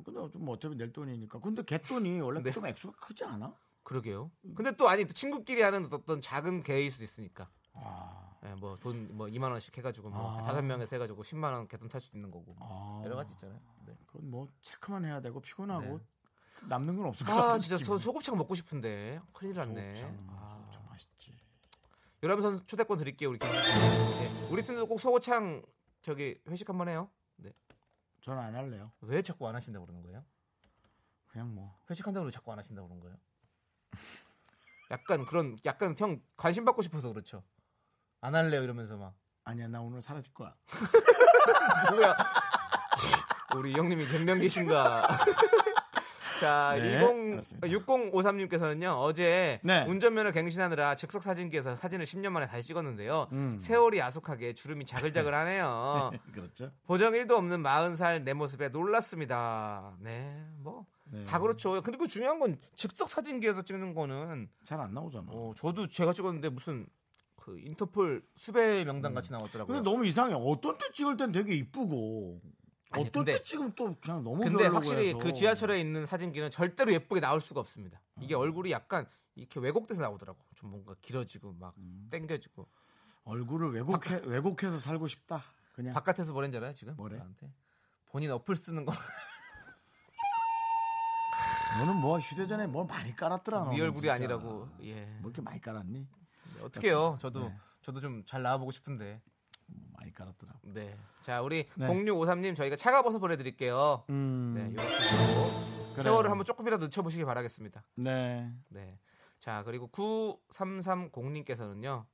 근데 좀 어차피 낼 돈이니까. 근데 걔 돈이 원래
네.
좀 액수가 크지 않아?
그러게요. 근데 또 아니 또 친구끼리 하는 어떤 작은 개일 수도 있으니까. 예, 뭐돈 뭐 2만 원씩 해가지고 뭐
아.
다섯 명에서 해가지고 10만 원 개돈 탈 수도 있는 거고 뭐
아.
여러 가지 있잖아요. 네.
그건 뭐 체크만 해야 되고 피곤하고
네.
남는 건 없을 것 같은
아 진짜 소,
느낌이네.
소곱창 먹고 싶은데 큰일 났네.
소곱창,
아.
소곱창 맛있지.
여러분 선 초대권 드릴게요 우리 팀. 네. 우리 팀도 꼭 소곱창 저기 회식 한번 해요. 네.
저는 안 할래요.
왜 자꾸 안 하신다 고 그러는 거예요?
그냥 뭐
회식한다고 해도 자꾸 안 하신다 고 그런 거예요? 약간 그런 약간 형 관심 받고 싶어서 그렇죠. 안 할래요 이러면서 막
아니야 나 오늘 사라질 거야.
누구야? 우리 형님이 몇 명 계신가? 자,
네,
20,
그렇습니다.
6053님께서는요, 어제
네.
운전면허 갱신하느라 즉석 사진기에서 사진을 10년 만에 다시 찍었는데요.
음.
세월이 야속하게 주름이 자글자글 하네요.
그렇죠?
보정 1도 없는 40살 내 모습에 놀랐습니다. 네, 뭐.
네.
다 그렇죠. 근데 그 중요한 건 즉석 사진기에서 찍는 거는
잘 안 나오잖아.
어, 저도 제가 찍었는데 무슨 그 인터폴 수배 명단 같이 나왔더라고요.
음. 근데 너무 이상해. 어떤 때 찍을 땐 되게 이쁘고
아니,
어떤
근데-
때 찍으면 또 그냥 너무
근데
별로고
확실히
해서.
그 지하철에 있는 사진기는 절대로 예쁘게 나올 수가 없습니다. 이게
아.
얼굴이 약간 이렇게 왜곡돼서 나오더라고. 좀 뭔가 길어지고 막
음.
땡겨지고.
얼굴을 왜곡해
아, 그
왜곡해서 살고 싶다. 그냥
바깥에서 뭐랬는 줄 알아요, 지금?
뭐래?
나한테. 본인 어플 쓰는 거.
너는 뭐 휴대전에 뭘 많이 깔았더라.
네
너는
얼굴이
아, 진짜.
아니라고. 예.
뭐 이렇게 많이 깔았니?
어떻게요? 저도
네.
저도 좀 잘 나와 보고 싶은데.
뭐 많이 깔았더라고.
네. 자, 우리
네.
0653님 저희가 차가워서 보내 드릴게요.
음.
네.
네.
요렇게 해서 세월을 한번 조금이라도 늦춰 보시기 바라겠습니다. 네. 자, 그리고 9330님께서는요.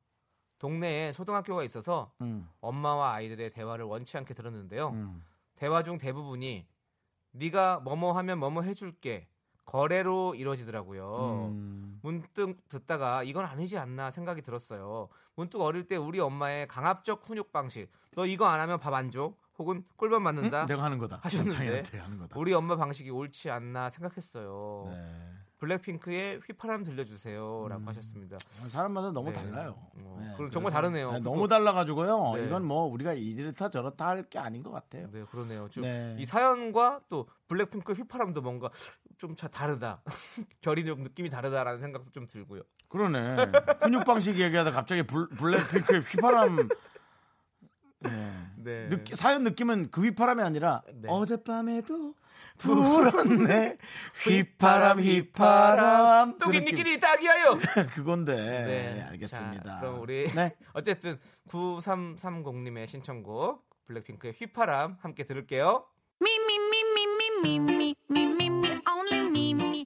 동네에 소등학교가 있어서
음.
엄마와 아이들의 대화를 원치 않게 들었는데요.
음.
대화 중 대부분이 네가 뭐뭐 하면 뭐뭐 해줄게 거래로 이루어지더라고요.
음.
문득 듣다가 이건 아니지 않나 생각이 들었어요. 문득 어릴 때 우리 엄마의 강압적 훈육 방식, 너 이거 안 하면 밥 안 줘, 혹은 꿀밤 맞는다.
내가 하는 거다.
하셨는데.
남창이한테 하는 거다.
우리 엄마 방식이 옳지 않나 생각했어요.
네. 음.
블랙핑크의 휘파람 들려주세요라고 하셨습니다.
사람마다 너무
네.
달라요.
어,
네,
그럼 정말
그래서-
다르네요.
네, 너무 달라가지고요.
네.
이건 뭐 우리가 이렇다 저렇다 할 게 아닌 것 같아요.
네, 그러네요. 좀 이
네.
사연과 또 블랙핑크 휘파람도 뭔가 좀 자- 다르다. 결이 좀 느낌이 다르다라는 생각도 좀 들고요.
그러네. 근육 방식 얘기하다 갑자기 불- 블랙핑크의 휘파람. 네.
네.
느끼- 사연 느낌은 그 휘파람이 아니라
네.
어젯밤에도 불었네 휘파람 휘파람
또
그
끼리끼리 딱이에요.
느낌. 그건데 네, 알겠습니다.
자, 그럼 우리
네.
어쨌든 9330님의 신청곡 블랙핑크의 휘파람 함께 들을게요.
Me, me, me, me, me, me, me, me, me, me, only me, me.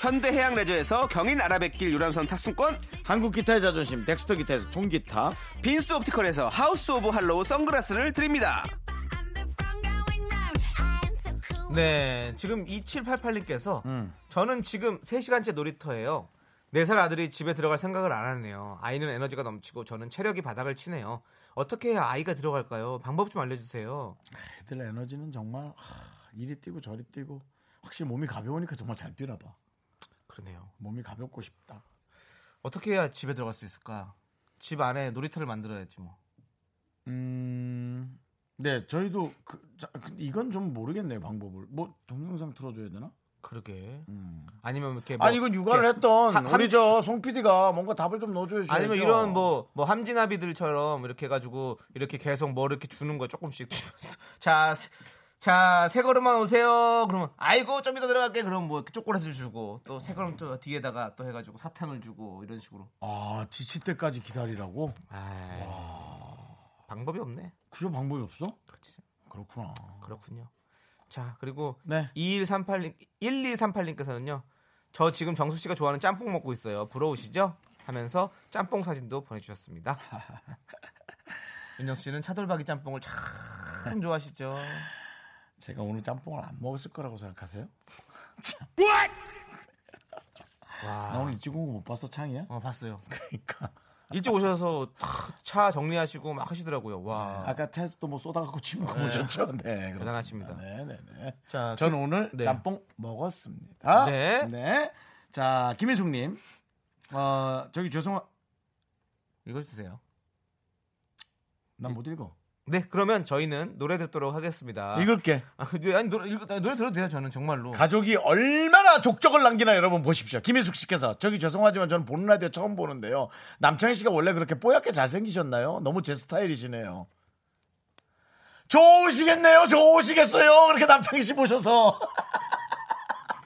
현대해양 레저에서 경인 아라뱃길 유람선 탑승권.
한국 기타의 자존심 덱스터 기타에서 통기타
빈스 옵티컬에서 하우스 오브 할로우 선글라스를 드립니다.
I'm the wrong going round. I am so cool.
네, 지금 2788님께서
음.
저는 지금 3시간째 놀이터예요. 4살 아들이 집에 들어갈 생각을 안 하네요. 아이는 에너지가 넘치고 저는 체력이 바닥을 치네요. 어떻게 해야 아이가 들어갈까요? 방법 좀 알려주세요.
애들 에너지는 정말 하, 이리 뛰고 저리 뛰고 확실히 몸이 가벼우니까 정말 잘 뛰나 봐
그러네요.
몸이 가볍고 싶다
어떻게 해야 집에 들어갈 수 있을까? 집 안에 놀이터를 만들어야지 뭐.
음, 음네 저희도 그, 자, 근데 이건 좀 모르겠네요 방법을 뭐 동영상 틀어줘야 되나
그러게. 아니면 이렇게 뭐
음. 아니 이건 육아를 했던
한-
우리 저 송 PD가 뭔가 답을 좀 넣어줘야지
아니면 이런 뭐 뭐 함진아비들처럼 이렇게 해가지고 이렇게 계속 뭐 이렇게 주는 거 조금씩 주면서 자자세 걸음만 오세요 그러면 아이고 좀 이따 들어갈게 그럼 뭐 이렇게 초콜릿을 주고 또 세 걸음 또 뒤에다가 또 해가지고 사탕을 주고 이런 식으로
아 지칠 때까지 기다리라고
아이, 방법이 없네
그런 방법이 없어
그렇지.
그렇구나
그렇군요 자 그리고
네
2138님 1238님께서는요 저 지금 정수 씨가 좋아하는 짬뽕 먹고 있어요 부러우시죠 하면서 짬뽕 사진도 보내주셨습니다. 윤정수 씨는 차돌박이 짬뽕을 참 좋아하시죠.
제가 오늘 짬뽕을 안 먹었을 거라고 생각하세요? 나
와,
오늘 일찍 온 거 못 봤어 창이야?
어, 봤어요.
그러니까
일찍 오셔서 탁차 정리하시고 막 하시더라고요. 와,
아까 테스트 뭐 쏟아갖고 치면
네.
오셨죠? 네, 그렇습니다.
대단하십니다.
네, 네, 네.
자,
저는 오늘
네.
짬뽕 먹었습니다.
네.
자, 김혜숙님. 어, 저기 죄송한.
그 읽어주세요.
난 못 읽어.
네, 그러면 저희는 노래 듣도록 하겠습니다.
읽을게.
아, 네, 아니 노래, 읽- 노래 들어도 돼요. 저는 정말로.
가족이 아, 얼마나 족적을 남기나 여러분 보십시오. 김혜숙 씨께서 저기 죄송하지만 저는 보는 라디오 처음 보는데요. 남창희 씨가 원래 그렇게 뽀얗게 잘생기셨나요? 너무 제 스타일이시네요. 좋으시겠네요. 좋으시겠어요. 그렇게 남창희 씨 보셔서.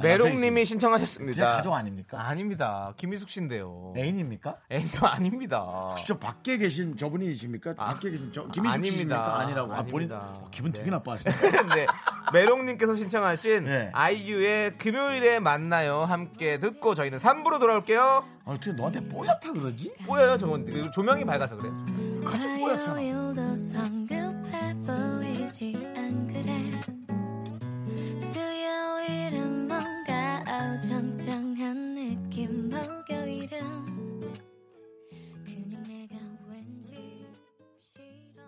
메롱님이
제
신청하셨습니다.
가족 아닙니까? 네.
아닙니다. 김희숙 씨인데요.
애인입니까?
애인도 아닙니다.
저 밖에 계신 저분이십니까?
아,
밖에 계신 저
아닙니다.
김희숙 씨입니까? 아니라고. 아, 본인
아닙니다.
어, 기분 되게
네.
나빠하시네.
네. 메롱님께서 신청하신
네.
아이유의 금요일에 만나요 함께 듣고 저희는 3부로 돌아올게요.
아, 어떻게 너한테 뽀얗다 그러지?
보여요 저건 그 조명이 밝아서 그래요.
가족 뽀얗잖아.
화요일도 성급해 보이지 안 그래 수요일은 뭔가 어정쩡한 느낌 목요일은 그냥 내가 왠지 싫어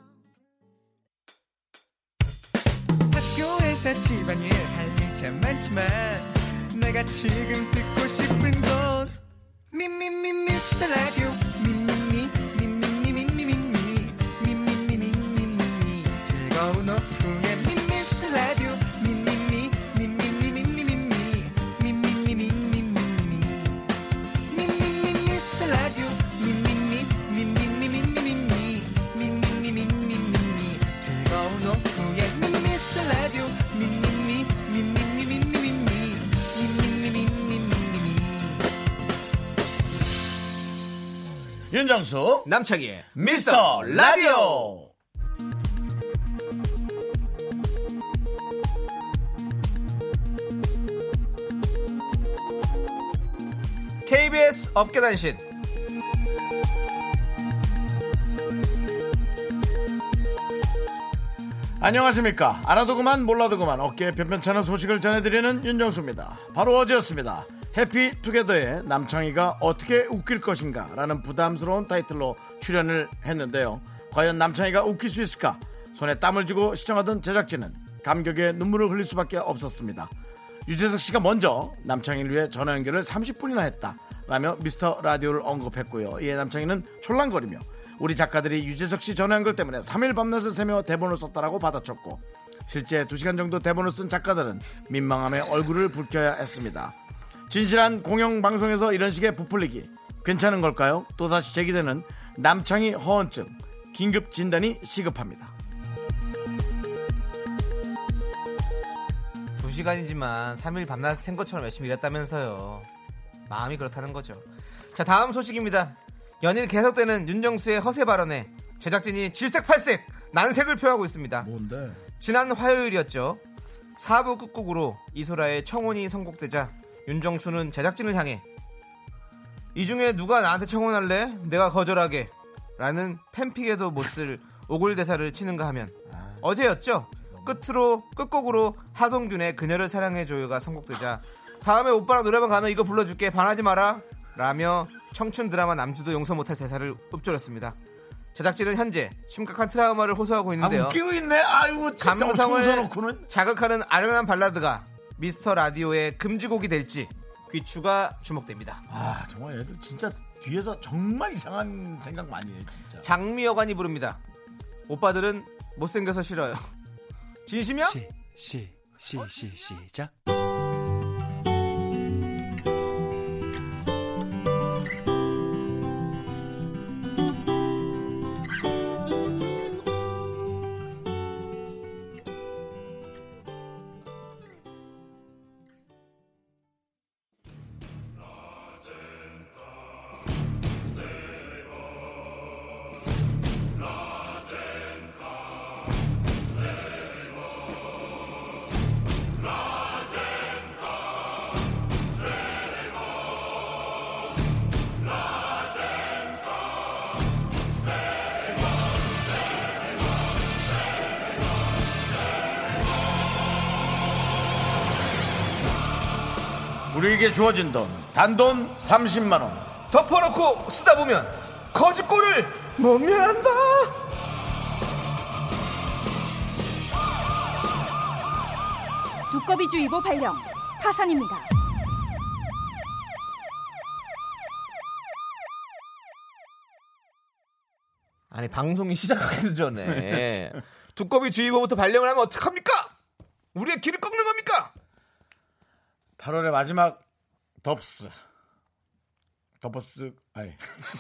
학교에서 집안일 할 일 참 많지만 내가 지금 듣고 싶은 건 미미미 미스터 라디오 미미미 미미미 미미미 미미미 미미미 미미미 즐거운 오후에 미미스터 라디오 미미미 미미미 미미미 미미미 미미미 미미미 미스터 라디오 미미미 미미미 미미미 미미미 미미미 즐거운 오후에 Mr. Radio 미미미 미미미 미미미 미미미 미미미
윤정수
남창희의
미스터 라디오
KBS 업계단신.
안녕하십니까 알아두고만 몰라도고만 어깨에 변변찮은 소식을 전해드리는 윤정수입니다 바로 어제였습니다 해피투게더의 남창희가 어떻게 웃길 것인가 라는 부담스러운 타이틀로 출연을 했는데요 과연 남창희가 웃길 수 있을까 손에 땀을 쥐고 시청하던 제작진은 감격에 눈물을 흘릴 수밖에 없었습니다 유재석 씨가 먼저 남창희를 위해 전화 연결을 30분이나 했다. 라며 미스터 라디오를 언급했고요. 이에 남창희는 촐랑거리며 우리 작가들이 유재석 씨 전화 연결 때문에 3일 밤낮을 새며 대본을 썼다라고 받아쳤고 실제 2시간 정도 대본을 쓴 작가들은 민망함에 얼굴을 붉혀야 했습니다. 진실한 공영방송에서 이런 식의 부풀리기 괜찮은 걸까요? 또다시 제기되는 남창희 허언증 긴급 진단이 시급합니다.
2시간이지만 3일 밤낮 샌 것처럼 열심히 일했다면서요. 마음이 그렇다는 거죠. 자, 다음 소식입니다. 연일 계속되는 윤정수의 허세 발언에 제작진이 질색팔색 난색을 표하고 있습니다.
뭔데?
지난 화요일이었죠. 4부 끝곡으로 이소라의 청혼이 선곡되자 윤정수는 제작진을 향해 이 중에 누가 나한테 청혼할래? 내가 거절하게 라는 팬픽에도 못 쓸 오글대사를 치는가 하면 어제였죠. 끝으로 끝곡으로 하동균의 그녀를 사랑해줘요가 선곡되자 다음에 오빠랑 노래방 가면 이거 불러줄게 반하지 마라 라며 청춘 드라마 남주도 용서 못할 대사를 읊조렸습니다. 제작진은 현재 심각한 트라우마를 호소하고
아,
있는데요.
웃기고 있네. 아이고 진짜
감성을
감성을 놓고는
자극하는 아련한 발라드가 미스터 라디오의 금지곡이 될지 귀추가 주목됩니다.
아 정말 애들 진짜 뒤에서 정말 이상한 생각 많이 해 진짜
장미여관이 부릅니다. 오빠들은 못생겨서 싫어요. 진심이야?
우리에게 주어진 돈 단돈 30만 원.
덮어놓고 쓰다 보면 거짓골을 못 면한다.
두꺼비주의보 발령 파산입니다.
아니 방송이 시작하기도 전에 두꺼비 주의보부터 발령을 하면 어떡합니까? 우리의 길을 꺾는 겁니까?
8월의 마지막 덥스. 덮어스 아니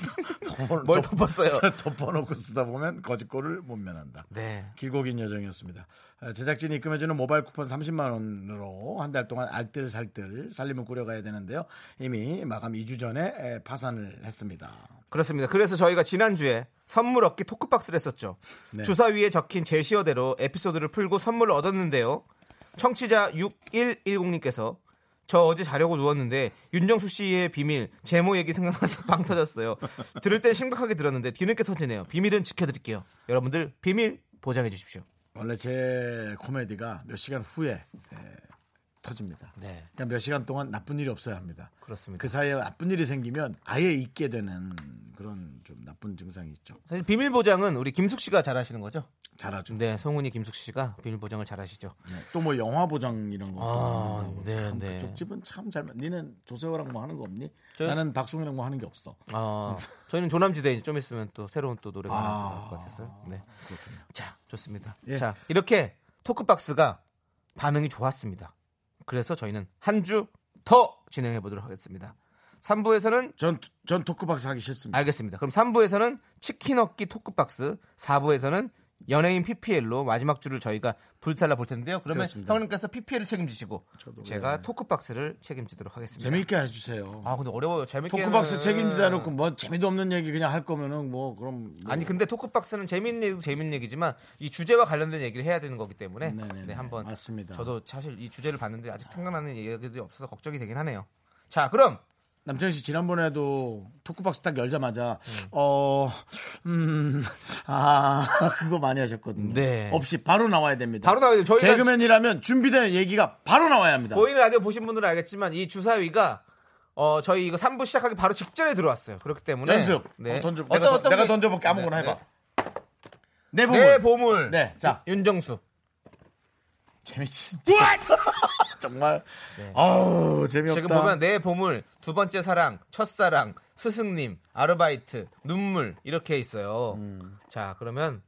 덮어-
뭘
덮-
덮었어요?
덮어놓고 쓰다 보면 거짓골을 못 면한다.
네.
길고 긴 여정이었습니다. 아, 제작진이 입금해주는 모바일 쿠폰 30만 원으로 한 달 동안 알뜰살뜰 살림을 꾸려가야 되는데요. 이미 마감 2주 전에 에, 파산을 했습니다.
그렇습니다. 그래서 저희가 지난주에 선물 얻기 토크박스를 했었죠.
네.
주사 위에 적힌 제시어대로 에피소드를 풀고 선물을 얻었는데요. 청취자 6110님께서 저 어제 자려고 누웠는데 윤정수 씨의 비밀 제모 얘기 생각나서 빵 터졌어요. 들을 땐 심각하게 들었는데 뒤늦게 터지네요. 비밀은 지켜드릴게요. 여러분들 비밀 보장해 주십시오.
원래 제 코미디가 몇 시간 후에 에, 터집니다.
네.
그냥 몇 시간 동안 나쁜 일이 없어야 합니다.
그렇습니다.
그 사이에 나쁜 일이 생기면 아예 잊게 되는 그런 좀 나쁜 증상이 있죠.
사실 비밀 보장은 우리 김숙 씨가 잘하시는 거죠?
잘하죠.
네, 송은이 김숙 씨가 비밀 보장을 잘하시죠.
또 뭐 영화 보장 이런 거.
아,
하는 거.
네,
참
네.
그쪽 집은 참 잘. 만- 니는 조세호랑 뭐 하는 거 없니?
저요?
나는 박송이랑 뭐 하는 게 없어.
아, 저희는 조남지대 이제 좀 있으면 또 새로운 또 노래가
아,
하나 나올 것 같아서요. 네. 자, 좋습니다.
예.
자, 이렇게 토크박스가 반응이 좋았습니다. 그래서 저희는 한 주 더 진행해 보도록 하겠습니다. 3부에서는
전, 전 토크박스 하기 싫습니다.
알겠습니다. 그럼 3부에서는 치킨 얻기 토크박스, 4부에서는 연예인 PPL로 마지막 주를 저희가 불살라 볼 텐데요. 그러면
그렇습니다. 예.
형님께서 PPL을 책임지시고 제가 토크박스를 책임지도록 하겠습니다.
재미있게 해주세요.
아 근데 어려워요. 재밌게
토크박스 책임지다 놓고 뭐 재미도 없는 얘기 그냥 할 거면은 뭐 그럼 뭐
아니 근데 토크박스는 재밌는 얘기도 재밌는 얘기지만 이 주제와 관련된 얘기를 해야 되는 거기 때문에
네네네.
네, 한번
맞습니다.
저도 사실 이 주제를 봤는데 아직 생각나는 얘기들이 없어서 걱정이 되긴 하네요. 자 그럼
남창희 씨 지난번에도 토크박스 딱 열자마자
네.
어, 음, 아 그거 많이 하셨거든요.
네.
없이 바로 나와야 됩니다.
바로 나와요. 저희가
개그맨이라면 준비된 얘기가 바로 나와야 합니다.
보이는 라디오 보신 분들은 알겠지만 이 주사위가 어 저희 이거 3부 시작하기 바로 직전에 들어왔어요. 그렇기 때문에
연습.
네.
어, 던져, 내가, 던- 내가
게-
던져볼게 아무거나
네,
해봐.
네.
내 보물.
내 보물.
네, 자.
윤- 윤정수.
재밌지. 정말. 아우 재미없다.
네. 지금 보면 내 보물, 두 번째 사랑, 첫사랑, 스승님, 아르바이트, 눈물 이렇게 있어요.
음.
자 그러면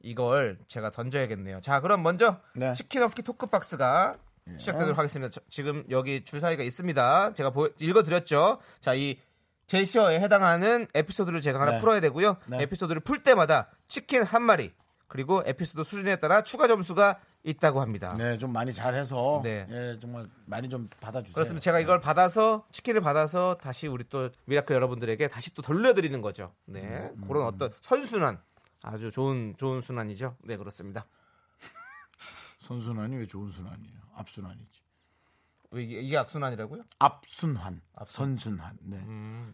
이걸 제가 던져야겠네요. 자 그럼 먼저
네. 예.
치킨 업기 토크박스가 시작되도록 하겠습니다. 저- 지금 여기 주사위가 있습니다. 제가 보- 읽어드렸죠. 자 이 제시어에 해당하는 에피소드를 제가 하나
네.
풀어야 되고요.
네.
에피소드를 풀 때마다 치킨 한 마리 그리고 에피소드 수준에 따라 추가 점수가 있다고 합니다.
네, 좀 많이 잘해서
네.
예, 정말 많이 좀 받아주세요. 네.
그렇습니다. 제가 이걸 받아서 치킨을 받아서 다시 우리 또 미라클 여러분들에게 다시 또 돌려드리는 거죠. 네,
음.
그런 어떤 선순환 아주 좋은 좋은 순환이죠. 네, 그렇습니다.
네. 선순환이 왜 좋은 순환이에요? 앞순환이지.
왜뭐 이게, 이게 악순환이라고요?
앞순환, 선순환. 네.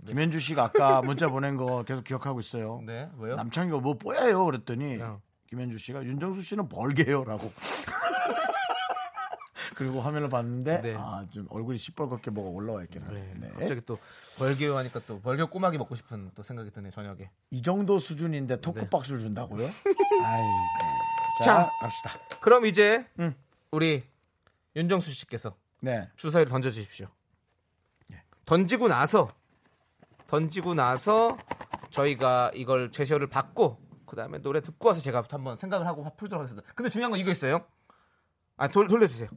김현주 씨가 아까 문자 보낸 거 계속 기억하고 있어요.
음, 네, 왜요?
남창이가 뭐 뽀야요 그랬더니
어.
김현주 씨가 윤정수 씨는 벌게요라고. 그리고 화면을 봤는데
네.
아, 좀 얼굴이 시뻘겋게 뭐가 올라와 있긴 하네. 네.
갑자기 또 벌교 하니까 또 벌교 꼬막이 먹고 싶은 또 생각이 드네요 저녁에.
이 정도 수준인데 토크박스를 준다고요? 아이.
네. 자.
자, 갑시다.
그럼 이제
음.
우리 윤정수 씨께서
네.
주사위를 던져 주십시오. 예. 던지고 나서 던지고 나서 저희가 이걸 제시어를 받고 그다음에 노래 듣고 와서 제가 한번 생각을 하고 풀도록 하겠습니다. 근데 중요한 건 이거 있어요. 아, 돌, 돌려주세요.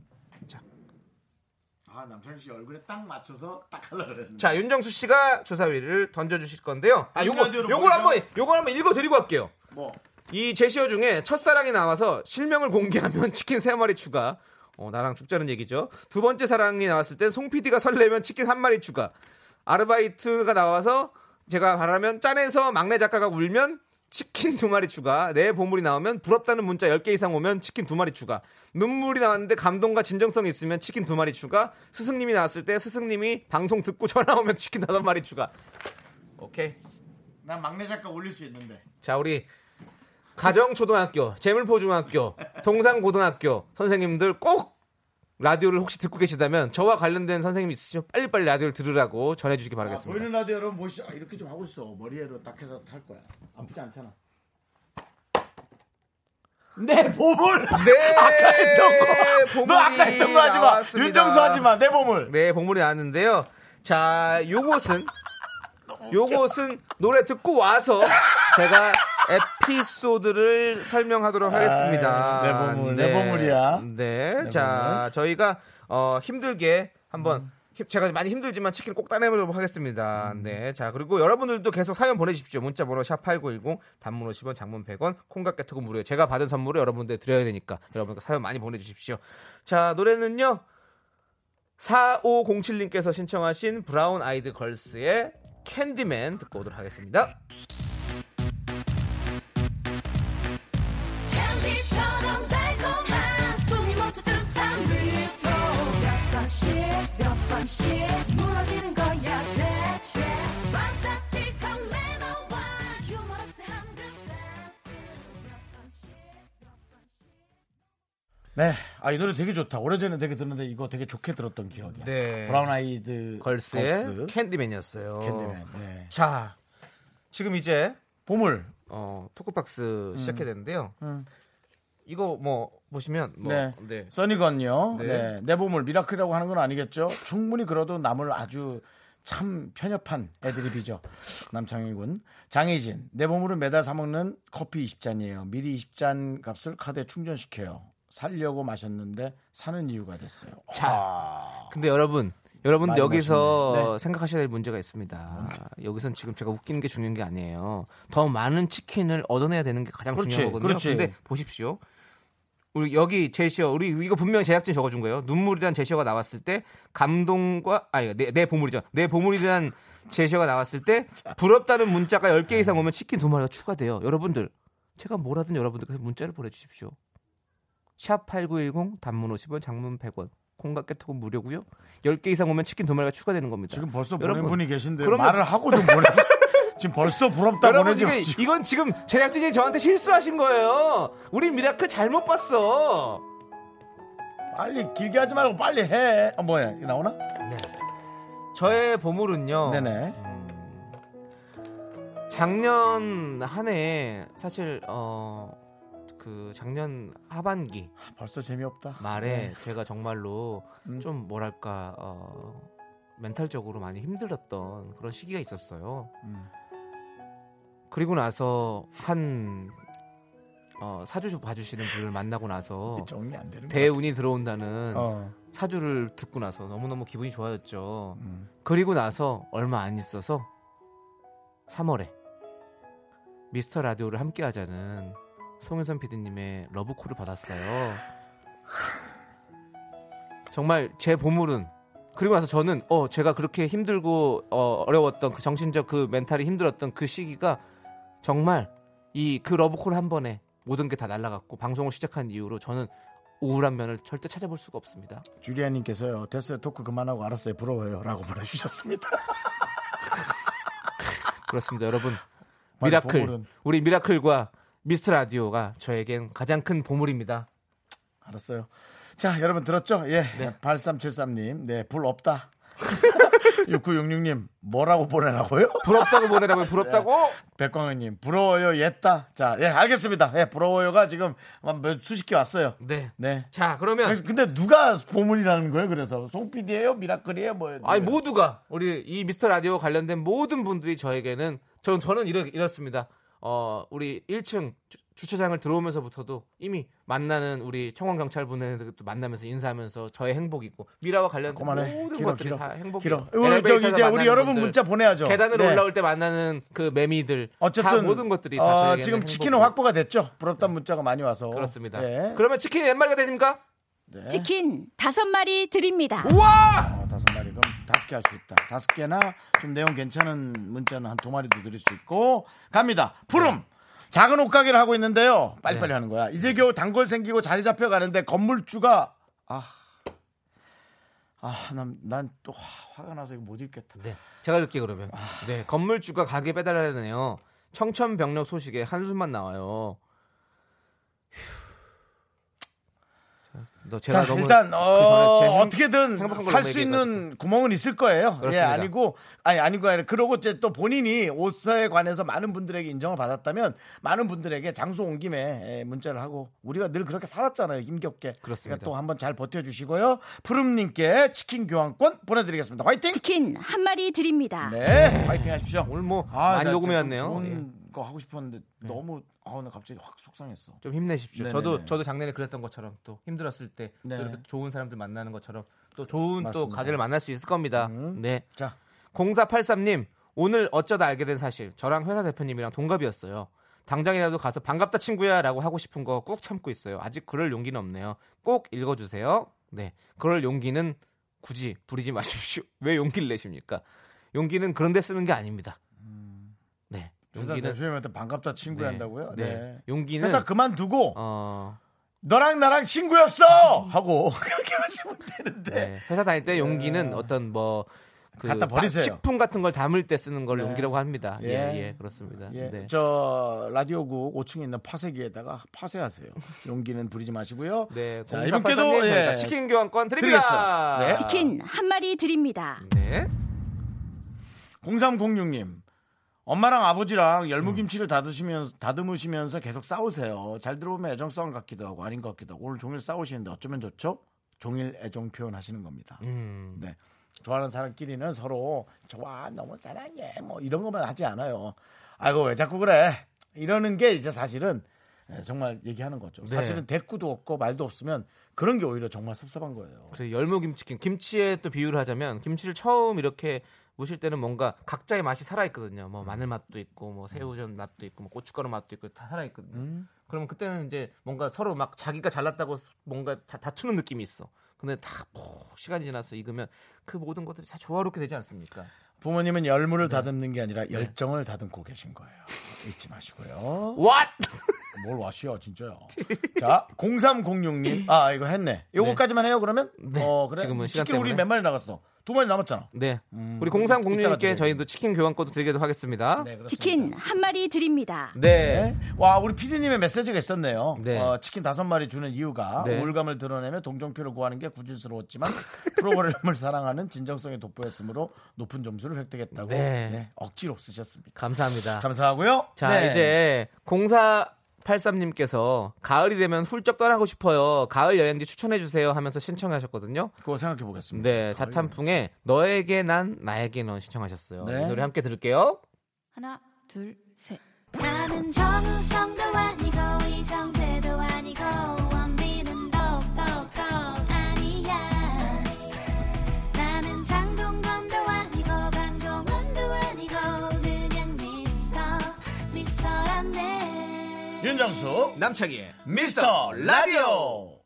아, 남창 씨 얼굴에 딱 맞춰서 딱 하려고 그랬는데.
자, 윤정수 씨가 주사위를 던져 주실 건데요. 아, 요거
라디오로
요걸
보여요?
한번 요걸 한번 읽어 드리고 할게요.
뭐
이 제시어 중에 첫사랑이 나와서 실명을 공개하면 치킨 3마리 추가. 어, 나랑 죽자는 얘기죠. 두 번째 사랑이 나왔을 땐 송 PD가 설레면 치킨 한 마리 추가. 아르바이트가 나와서 제가 바라면 짠해서 막내 작가가 울면 치킨 두 마리 추가. 내 보물이 나오면 부럽다는 문자 10개 이상 오면 치킨 두 마리 추가. 눈물이 나왔는데 감동과 진정성이 있으면 치킨 두 마리 추가. 스승님이 나왔을 때 스승님이 방송 듣고 전화 오면 치킨 다섯 마리 추가. 오케이.
난 막내 작가 올릴 수 있는데.
자 우리 가정 초등학교, 재물포 중학교, 동상 고등학교 선생님들 꼭 라디오를 혹시 듣고 계시다면 저와 관련된 선생님이 있으시면 빨리빨리 라디오를 들으라고 전해주시기 바라겠습니다.
보이는 라디오 여러분 보시죠. 아, 이렇게 좀 하고 있어. 머리에로 딱 해서 탈 거야. 아프지 않잖아. 내 보물!
네,
아까 했던 거!
보물이
너 아까 했던 거 하지 마!
나왔습니다.
윤정수 하지 마! 내 보물!
네, 봉물이 나왔는데요. 자, 요것은 요것은 노래 듣고 와서 제가 에피소드를 설명하도록 하겠습니다.
내 보물, 내 보물이야.
네.
내
자, 저희가 어, 힘들게 한번 힘- 제가 많이 힘들지만 치킨 꼭 따내보도록 하겠습니다. 네. 자, 그리고 여러분들도 계속 사연 보내주십시오. 문자번호 샵8910, 단문 50원, 장문 100원, 콩각 개톡은 무료예요. 제가 받은 선물을 여러분들 드려야 되니까 여러분 사연 많이 보내주십시오. 자, 노래는요. 4507님께서 신청하신 브라운 아이드 걸스의 캔디맨 듣고 오도록 하겠습니다.
캔디처럼 달콤한 손이 멈춘 듯한 미소 몇 번씩 몇 번씩 무너지는 거야 대체 Fantastical 매너와 유머러스한 그 센스 몇 번씩 몇 번씩
네. 아, 이 노래 되게 좋다. 오래전에 되게 들었는데 이거 되게 좋게 들었던 기억이야.
네.
브라운 아이드
걸스의
걸스.
캔디맨이었어요.
캔디맨. 네.
자, 지금 이제
보물.
어, 토크박스
음.
시작해야 되는데요. 이거 뭐 보시면 뭐,
네.
네.
써니건요. 네.
네.
내 보물 미라클이라고 하는 건 아니겠죠? 충분히 그래도 남을 아주 참 편협한 애드립이죠. 남창희 군. 장희진. 내 보물은 매달 사먹는 커피 20잔이에요. 미리 20잔 값을 카드에 충전시켜요. 살려고 마셨는데 사는 이유가 됐어요.
자, 근데 여러분, 여러분
많이
여기서
마시네. 네.
생각하셔야 될 문제가 있습니다. 여기선 지금 제가 웃기는 게 중요한 게 아니에요. 더 많은 치킨을 얻어내야 되는 게 가장
그렇지,
중요한 거거든요.
그렇지.
근데 보십시오. 우리 여기 제시어 우리 이거 분명 제작진 이 적어준 거예요. 눈물이란 제시어가 나왔을 때 감동과 아니 내, 내 보물이죠. 내 보물이란 제시어가 나왔을 때 부럽다는 문자가 10개 이상 오면 치킨 두 마리가 추가돼요. 여러분들 제가 뭐라든 여러분들께서 문자를 보내주십시오. 샵 8910 단문 50원 장문 100원 콩과 깨톡은 무료고요. 10개 이상 오면 치킨 두 마리가 추가되는 겁니다.
지금 벌써 보낸
여러분,
분이 계신데
그러면-
말을 하고 좀 보내세요. 지금 벌써 부럽다
여러분
보내지
이게,
마시고.
이건 지금 제작진이 저한테 실수하신 거예요. 우리 미라클 잘못 봤어.
빨리 길게 하지 말고 빨리 해. 아, 뭐야? 이거 나오나?
네. 저의 보물은요.
네네.
작년 한 해 사실 어 그 작년 하반기
벌써 재미없다.
말에 제가 정말로 좀 뭐랄까 어, 멘탈적으로 많이 힘들었던 그런 시기가 있었어요.
음.
그리고 나서 한 어, 사주 봐주시는 분을 만나고 나서
정리 안 되는 거.
어. 대운이 들어온다는
어.
사주를 듣고 나서 너무너무 기분이 좋아졌죠.
음.
그리고 나서 얼마 안 있어서 3월에 미스터 라디오를 함께 하자는 송윤선 PD님의 러브콜을 받았어요. 정말 제 보물은 그리고 나서 저는 어 제가 그렇게 힘들고 어, 어려웠던 그 정신적 그 멘탈이 힘들었던 그 시기가 정말 이 그 러브콜 한 번에 모든 게 다 날라갔고 방송을 시작한 이후로 저는 우울한 면을 절대 찾아볼 수가 없습니다.
주리아님께서요 됐어요 토크 그만하고 알았어요 부러워요라고 보내주셨습니다.
그렇습니다, 여러분.
빨리
미라클
보물은.
우리 미라클과 미스터 라디오가 저에겐 가장 큰 보물입니다.
알았어요. 자 여러분 들었죠? 예.
네.
8373님 네불 없다. 6966님 뭐라고 보내라고요?
부럽다고 보내라고요. 부럽다고?
백광현님 부러워요 옛다. 자예 알겠습니다. 예 부러워요가 지금 한몇 수십 개 왔어요.
네.
네.
자, 그러면
그래서 근데 누가 보물이라는 거예요? 그래서 송 PD예요, 미라클이에요, 뭐예요?
아니 모두가 우리 이 미스터 라디오 관련된 모든 분들이 저에게는 저는 저는 이렇, 이렇습니다. 어, 우리 1층 주, 주차장을 들어오면서부터도 이미 만나는 우리 청원 경찰분들도 만나면서 인사하면서 저의 행복이고 미라와 관련된
그만해.
모든
길어,
것들이
길어.
다 행복이에요.
길어. 우리 저기
엘리베이터에서
이제 우리
만나는
여러분
분들,
문자 보내야죠.
계단으로
네.
올라올 때 만나는 그 매미들
어쨌든
다 모든 것들이 다
어,
저에게는
지금
행복이고.
치킨은 확보가 됐죠. 부럽다 는 문자가 많이 와서
그렇습니다.
예.
그러면 치킨 몇 마리가 되십니까?
네.
치킨 다섯 마리 드립니다.
어, 다섯 마리 그럼 다섯 개 할 수 있다. 다섯 개나 좀 내용 괜찮은 문자는 한 두 마리도 드릴 수 있고 갑니다. 푸름 작은 옷가게를 하고 있는데요. 빨리빨리
네.
하는 거야. 이제 겨우 단골 생기고 자리 잡혀 가는데 건물주가 아. 아, 난난또 화가 나서 이거 못 읽겠다.
네. 제가 읽게 그러면.
아.
네. 건물주가 가게 빼달라네요. 청천벽력 소식에 한숨만 나와요. 휴. 자, 너 제가
자,
너무
일단
그
어,
전에 제 행-
어떻게든
행복한 걸로
살 수
얘기해가지고.
있는 구멍은 있을 거예요. 예,
그렇습니다.
아니고 아니 아니고 아니라 그러고 이제 또 본인이 옷사에 관해서 많은 분들에게 인정을 받았다면 많은 분들에게 장소 온 김에 예, 문자를 하고 우리가 늘 그렇게 살았잖아요. 힘겹게.
그렇습니다.
러니까또 한번 잘 버텨 주시고요. 푸름 님께 치킨 교환권 보내 드리겠습니다. 화이팅!
치킨 한 마리 드립니다.
네, 화이팅 하십시오.
오늘 뭐
아,
많이
나
녹음해
진짜
왔네요.
좀
예. 네.
좋은 거 하고 싶었는데 너무 아우 나 갑자기 확 속상했어.
좀 힘내십시오.
네네네.
저도 저도 작년에 그랬던 것처럼 또 힘들었을 때
네.
또 이렇게 좋은 사람들 만나는 것처럼 또 좋은 또
맞습니다. 음.
가게를 만날 수 있을 겁니다. 네.
자,
0483님 오늘 어쩌다 알게 된 사실 저랑 회사 대표님이랑 동갑이었어요. 당장이라도 가서 반갑다 친구야라고 하고 싶은 거 꾹 참고 있어요. 아직 그럴 용기는 없네요. 꼭 읽어주세요. 네, 그럴 용기는 굳이 부리지 마십시오. 왜 용기를 내십니까? 용기는 그런데 쓰는 게 아닙니다. 네,
음. 회사
용기는
대표님한테 반갑다 친구 한다고요?
네,
네.
용기는
회사 그만두고
어,
너랑 나랑 친구였어 하고 그렇게 하시면 되는데
네. 회사 다닐 때 용기는 어떤 뭐 그,
예. 갖다 버리세요. 네.
식품 같은 걸 담을 때 쓰는 걸 용기라고 합니다. 예,
예.
예, 그렇습니다.
예,
네.
저 라디오국 5층에 있는 파쇄기에다가 파쇄하세요. 용기는 부리지 마시고요.
네,
자, 이분께도 예,
치킨 교환권 드립니다.
드리겠어요. 네.
치킨 한 마리
음,
드립니다.
네.
0306님 엄마랑 아버지랑
음.
열무김치를 다드시면서, 다듬으시면서 계속 싸우세요. 잘 들어보면 애정 싸움 같기도 하고 아닌 것 같기도 하고 오늘 종일 싸우시는데 어쩌면 좋죠? 종일 애정 표현하시는 겁니다.
음,
네. 좋아하는 사람끼리는 서로 좋아 너무 사랑해 뭐 이런 것만 하지 않아요. 아이고 왜 자꾸 그래 이러는 게 이제 사실은 에, 정말 얘기하는 거죠.
네.
사실은 대꾸도 없고 말도 없으면 그런 게 오히려 정말 섭섭한 거예요.
그래서 열무김치킨 김치에 또 비유를 하자면 김치를 처음 이렇게 무실 때는 뭔가 각자의 맛이 살아 있거든요. 뭐 마늘 맛도 있고 뭐 새우젓 맛도 있고 뭐 고춧가루 맛도 있고 다 살아 있거든요. 그러면 그때는 이제 뭔가 서로 막 자기가 잘났다고 뭔가 자- 다투는 느낌이 있어. 근데 다푹 시간이 지나서 익으면 그 모든 것들이 다 조화롭게 되지 않습니까?
부모님은 열무를
네.
다듬는 게 아니라 열정을 다듬고 계신 거예요. 잊지 마시고요.
What?
뭘 와시오 진짜요. 자 0306님 아 이거 했네. 요거까지만 해요 그러면?
네.
어 그래.
지금은 시간
치킨 우리
때문에.
몇 마리 나갔어? 두 마리 남았잖아.
네.
음,
우리
이따가
0306님께
드려요.
저희도 치킨 교환권도 드리도록 하겠습니다.
네, 그렇습니다.
치킨 한 마리 드립니다.
네.
네. 와 우리 PD님의 메시지가 있었네요.
네.
어, 치킨 다섯 마리 주는 이유가
네.
우울감을 드러내며 동정표를 구하는 게 구질스러웠지만 프로그램을 사랑하는 진정성이 돋보였으므로 높은 점수를 획득했다고
네.
네, 억지로 쓰셨습니다.
감사합니다.
감사하고요.
자,
네.
이제 0483님께서 가을이 되면 훌쩍 떠나고 싶어요. 가을 여행지 추천해 주세요 하면서 신청하셨거든요.
그거 생각해 보겠습니다.
네, 자탄풍의 너에게 난 나에게 넌 신청하셨어요.
네.
이 노래 함께 들을게요.
하나 둘 셋. 나는 정우성도 아니고 이정재도 아니고 원빈은 더욱더 아니야 나는 장동건도 아니고 방종원도 아니고 그냥 미스터 미스터란데
윤정수
남창희의
미스터 라디오.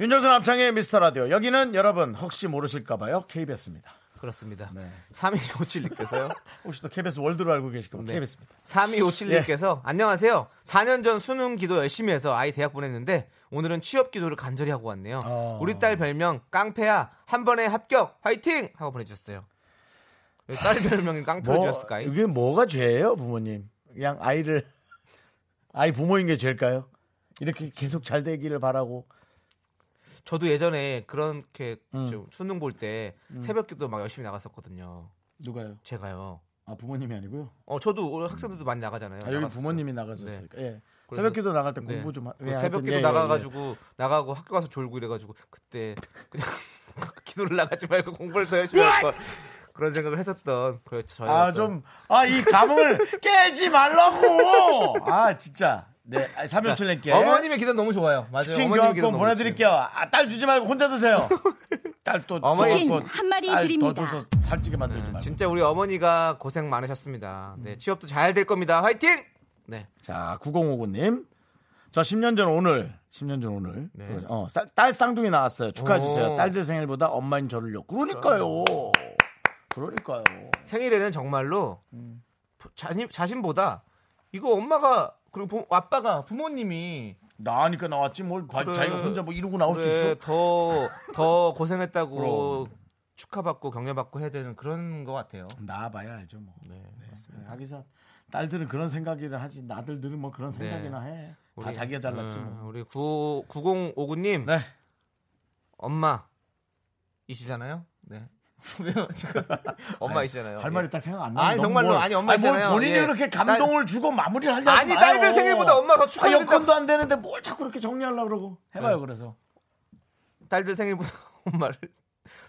윤정수 남창의 미스터 라디오. 여기는 여러분 혹시 모르실까봐요 KBS입니다.
그렇습니다.
네.
3257님께서요.
혹시 또 KBS 월드로 알고 계실까봐
네.
KBS입니다. 예.
3257님께서 안녕하세요. 4년 전 수능 기도 열심히 해서 아이 대학 보냈는데 오늘은 취업 기도를 간절히 하고 왔네요.
어.
우리 딸 별명 깡패야 한 번에 합격 화이팅 하고 보내주셨어요. 왜딸 별명이 깡패로 주셨을까요?
뭐, 이게 뭐가 죄예요, 부모님? 그냥 아이를 아이 부모인 게 죄일까요? 이렇게 계속 잘 되기를 바라고.
저도 예전에 그렇게
음.
좀 수능 볼 때 새벽기도 막 열심히 나갔었거든요.
누가요?
제가요.
아 부모님이 아니고요.
어 저도 우리 학생들도 많이 나가잖아요.
아, 여기
나갔었어요.
부모님이
네.
나가셨으니까. 예.
그래서-
새벽기도 나갈 때
네.
공부 좀 하...
그
예, 하여튼
새벽기도
예, 예,
나가가지고 나가고 학교 가서 졸고 이래가지고 그때 그냥 기도를 나가지 말고 공부를 더 열심히 할 걸. 그런 생각을 했었던 그저
아, 좀, 아, 이 감흥을 깨지 말라고! 아, 진짜. 네, 아, 3연출님께.
어머님의 기도 너무 좋아요. 맞아요.
치킨
어머님의 기도
교환권
너무
보내드릴게요. 아, 딸 주지 말고 혼자 드세요. 딸 또,
어머니
치킨
줘서
한 마리
딸더
드립니다.
줘서 살찌게 만들지
좋아요.
말고.
진짜 우리 어머니가 고생 많으셨습니다.
음.
네 취업도 잘 될 겁니다. 화이팅! 네
자, 9059님. 저 10년 전 오늘, 10년 전 오늘,
네.
어, 쌀- 딸 쌍둥이 나왔어요. 축하해주세요.
오.
딸들 생일보다 엄마인 저를요. 그러니까요. 그러니까요.
생일에는 정말로
음.
자신 자신보다 이거 엄마가 그리고 부- 아빠가 부모님이
나니까 나왔지 뭘 과-
그래.
자기가 혼자 뭐 이러고 나올 수 있어.
그래, 더, 더 고생했다고
그럼.
축하받고 격려받고 해야 되는 그런 것 같아요.
나와봐야 알죠 뭐.
네, 맞습니다.
하기사 딸들은 그런 생각이나 하지 나들들은 뭐 그런 생각이나 해. 다
네. 우리,
자기가 잘났지
음,
뭐.
우리 9, 9059님
네.
엄마이시잖아요. 네. 왜요? 지금 엄마이시잖아요.
할
예.
말이 딱 생각 안 나.
아니, 정말로, 아니, 엄마시잖아요.
본인이
예.
그렇게 감동을 주고 마무리를 하려고
아니, 딸들 생일보다 엄마 더
아,
축하드린다.
여건도 안 되는데 뭘 자꾸 이렇게 정리하려고 그러고 해봐요 그래서
딸들 생일보다 엄마를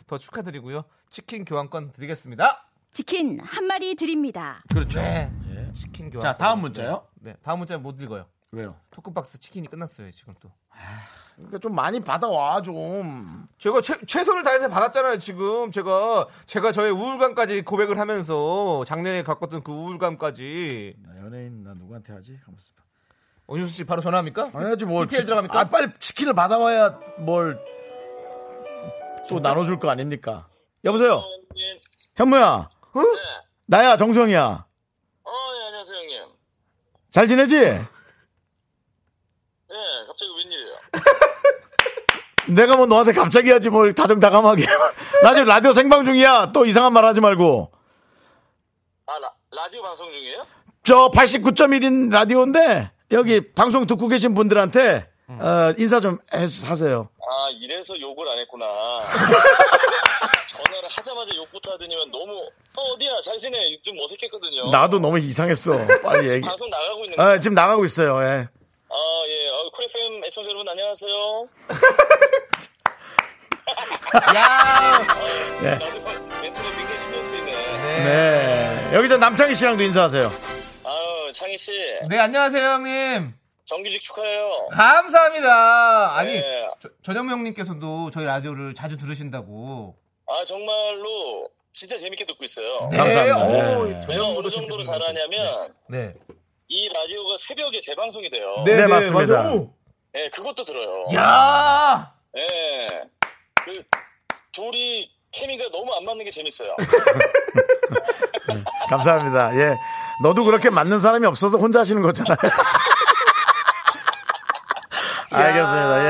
더 축하드리고요. 치킨 교환권 드리겠습니다.
치킨 한 마리 드립니다.
그렇죠.
네. 치킨 교환권.
자, 다음 문자요?
네. 네. 다음 문자 못 읽어요.
왜요?
토크박스 치킨이 끝났어요, 지금 또.
그러니까 좀 많이 받아와 좀.
제가 최, 최선을 다해서 받았잖아요 지금 제가 제가 저의 우울감까지 고백을 하면서 작년에 겪었던 그 우울감까지
나 연예인 나 누구한테 하지? 하면서.
원준수 씨 바로 전화합니까?
아니야지 뭘
PPL
치-
들어갑니까?
아, 빨리 치킨을 받아와야 뭘 또 나눠줄 거 아닙니까? 여보세요.
예.
현무야. 응? 나야 정수영이야.
네. 어, 예, 안녕하세요, 형님.
잘 지내지?
예, 갑자기 웬일이에요?
내가 뭐 너한테 갑자기 하지 뭘 다정다감하게. 나 지금 라디오 생방 중이야. 또 이상한 말 하지 말고.
아, 라, 라디오 방송 중이에요?
저 89.1인 라디오인데 여기 방송 듣고 계신 분들한테 어, 인사 좀 해- 하세요.
아, 이래서 욕을 안 했구나. 전화를 하자마자 욕부터 하더니만 너무, 어, 어디야, 잘 지내. 좀 어색했거든요.
나도 너무 이상했어. 빨리 얘기.
방송 나가고 있는데.
아, 지금 나가고 있어요. 예.
아, 예. 어, 쿨FM 애청자 여러분, 안녕하세요.
네.
야! 나도 멘트가 굉장히 신경 쓰이네.
네. 여기 저 남창희 씨랑도 인사하세요.
아유, 창희씨.
네 안녕하세요 형님
정규직 축하해요.
감사합니다 아니
네.
예.
저- 전현무 형님께서도 저희 라디오를 자주 들으신다고
아, 정말로 진짜 재밌게 듣고 있어요.
감사합니다.
오,
네.
전현무
내가 어느
형님께서
정도로
들으신다고.
잘하냐면
네.
이 라디오가 새벽에 재방송이 돼요.
네, 맞습니다.
맞아요.
예, 그것도 들어요.
야
예. 그 둘이 케미가 너무 안 맞는 게 재밌어요.
감사합니다. 예. 너도 그렇게 맞는 사람이 없어서 혼자 하시는 거잖아요. 알겠습니다.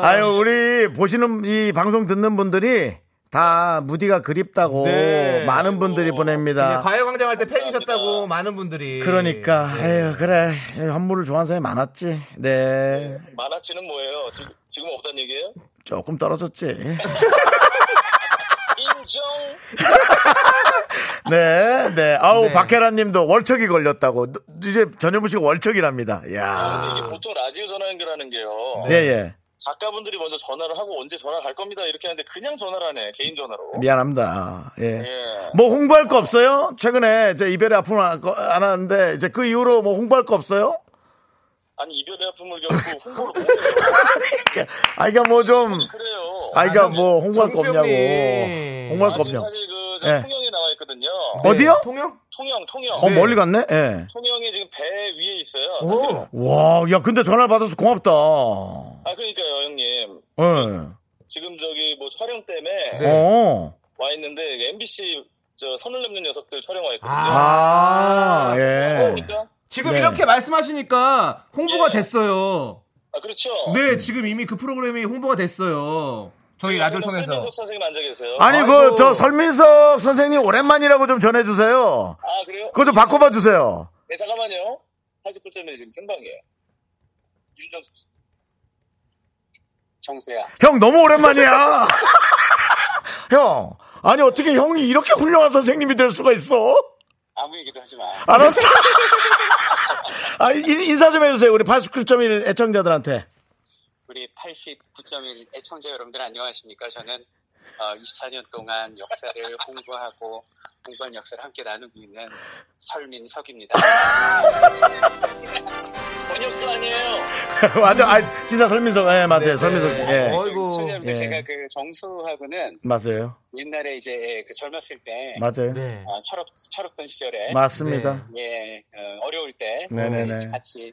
예. 아유, 우리 보시는 이 방송 듣는 분들이 다 무디가 그립다고
네.
많은 분들이
네,
보냅니다.
과외광장 할 때 팬이셨다고 많은 분들이
그러니까 아유 그래 현무를 좋아하는 사람이 많았지. 네
만화치는 뭐예요? 지금 지금 없다는 얘기예요?
조금 떨어졌지.
인정.
네, 네. 아우,
네.
박혜란 님도 월척이 걸렸다고. 이제 전현무 씨가 월척이랍니다.
아, 네. 근데
야
이게 보통 라디오 전화 연결하는 게요.
예, 예.
작가분들이 먼저 전화를 하고 언제 전화 갈 겁니다 이렇게 하는데 그냥 전화를 하네 개인 전화로.
미안합니다. 예.
예.
뭐 홍보할 거 없어요? 최근에 제 이별의 아픔을 안, 거- 안 하는데 이제 그 이후로 뭐 홍보할 거 없어요?
아니 이별의 아픔을 겪고 홍보를 못해요.
아, 그러니까 뭐 좀,
그래요.
아, 그러니까 뭐 홍보할 거 없냐고.
정수영님.
홍보할
아,
거
지금
없냐고.
사실 그
예.
저 통영에 나와 있거든요.
어디요?
네, 통영?
통영, 통영.
어, 멀리 갔네? 예.
통영이 지금 배 위에 있어요. 사실.
오.
와, 야, 근데 전화를 받아서 고맙다.
아 그러니까요, 형님.
예.
지금 저기 뭐 촬영 때문에
네.
어.
와 있는데 MBC 저 선을 넘는 녀석들 촬영 와 있거든요. 어,
아,
어,
예.
그러니까
지금
네.
이렇게 말씀하시니까 홍보가
예.
됐어요
아 그렇죠.
네, 지금 이미 그 프로그램이 홍보가 됐어요. 저희
지금
라디오를
설민석
통해서.
선생님 앉아 계세요. 아,
아니, 그,
아이고.
저 설민석 선생님 오랜만이라고 좀 전해주세요.
아, 그래요?
그거 좀 바꿔봐 주세요.
네, 잠깐만요. 하기도 때문에 지금 생방이에요. 윤정수 씨. 정수야.
형 너무 오랜만이야. 형 아니 어떻게 형이 이렇게 훌륭한 선생님이 될 수가 있어?
아무 얘기도 하지 마.
알았어. 아 인- 인사 좀 해주세요 우리 89.1 애청자들한테.
우리 89.1 애청자 여러분들 안녕하십니까? 저는 어, 24년 동안 역사를 홍보하고 공부한 역사를 함께 나누고 있는 설민석입니다. 번역사 아니에요.
맞아, 아 진짜 설민석, 예 맞아요, 설민석, 예
네, 어이구.
실례합니다.
예.
제가 그 정수하고는
맞아요,
옛날에 이제 그 젊었을 때
맞아요,
네.
어, 철없 철없던 시절에
맞습니다.
예 어, 려울때
네네네.
이제 같이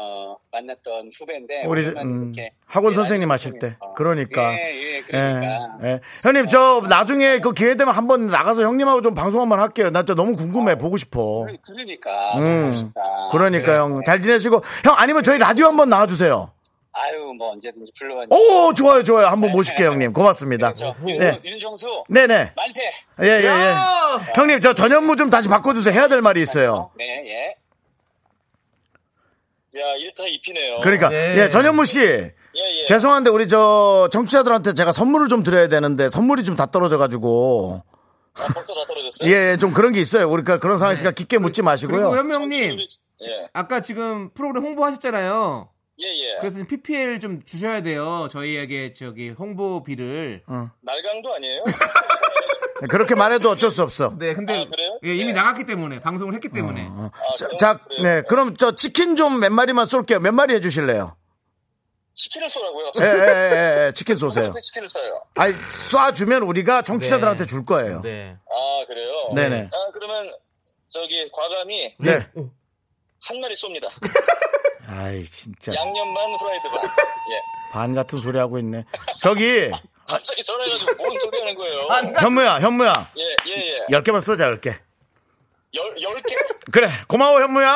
어, 만났던 후배인데
우리
오랜만에
음,
이렇게
학원
예,
선생님
라디오
하실 때,
통해서.
그러니까.
예, 예, 그러니까. 어.
예, 예. 형님 저 나중에 그 기회 되면 한번 나가서 형님하고 좀 방송 한번 할게요. 나 저 너무 궁금해 보고 싶어.
그러- 그러니까
음,
너무 멋있다. 네.
그러니까
그래.
형 잘 지내시고 형 아니면 저희 라디오 한번 나와주세요.
아유 뭐 언제든지 불러왔는데
오 좋아요 좋아요 한번 모실게요 형님 고맙습니다.
네. 그렇죠.
네.
윤- 윤정수
네네
만세
예예예 형님 저 전현무 좀 다시 바꿔주세요 해야 될 말이 있어요.
네 예. 야 1타 2피네요
그러니까
네.
예 전현무 씨
예, 예.
죄송한데 우리 저 정치자들한테 제가 선물을 좀 드려야 되는데 선물이 좀 다 떨어져가지고
아, 벌써 다 떨어졌어요?
예, 좀 그런 게 있어요. 우리가 그런
네.
상황이니까 깊게 묻지
그리고
마시고요.
현명님
예,
아까 지금 프로그램 홍보하셨잖아요.
예, 예.
그래서 PPL 좀 주셔야 돼요. 저희에게 저기 홍보비를.
날강도 아니에요?
예, 그렇게 말해도 어쩔 수 없어.
네, 근데
아, 그래요?
예, 이미 나갔기 때문에 방송을 했기 때문에.
어. 자,
아, 그래요?
자,
그래요?
네, 그럼 저 치킨 좀 몇 마리만 쏠게요. 몇 마리 해주실래요?
치킨을 쏘라고요?
예, 예, 예, 예, 치킨 쏘세요.
어떻게 치킨을 쏴요?
아니, 쏴주면 우리가 정치자들한테 줄 거예요.
네.
아, 그래요?
네네.
아, 그러면 저기 과감히
네.
한 마리 쏩니다.
아이, 진짜.
양념만 후라이드 반. 예.
반 같은 소리 하고 있네. 저기,
갑자기 전화해가지고 뭔 소리 하는 거예요?
현무야, 현무야.
예, 예, 예.
열 개만 쏘자, 열 개.
열, 열 개?
그래, 고마워, 현무야.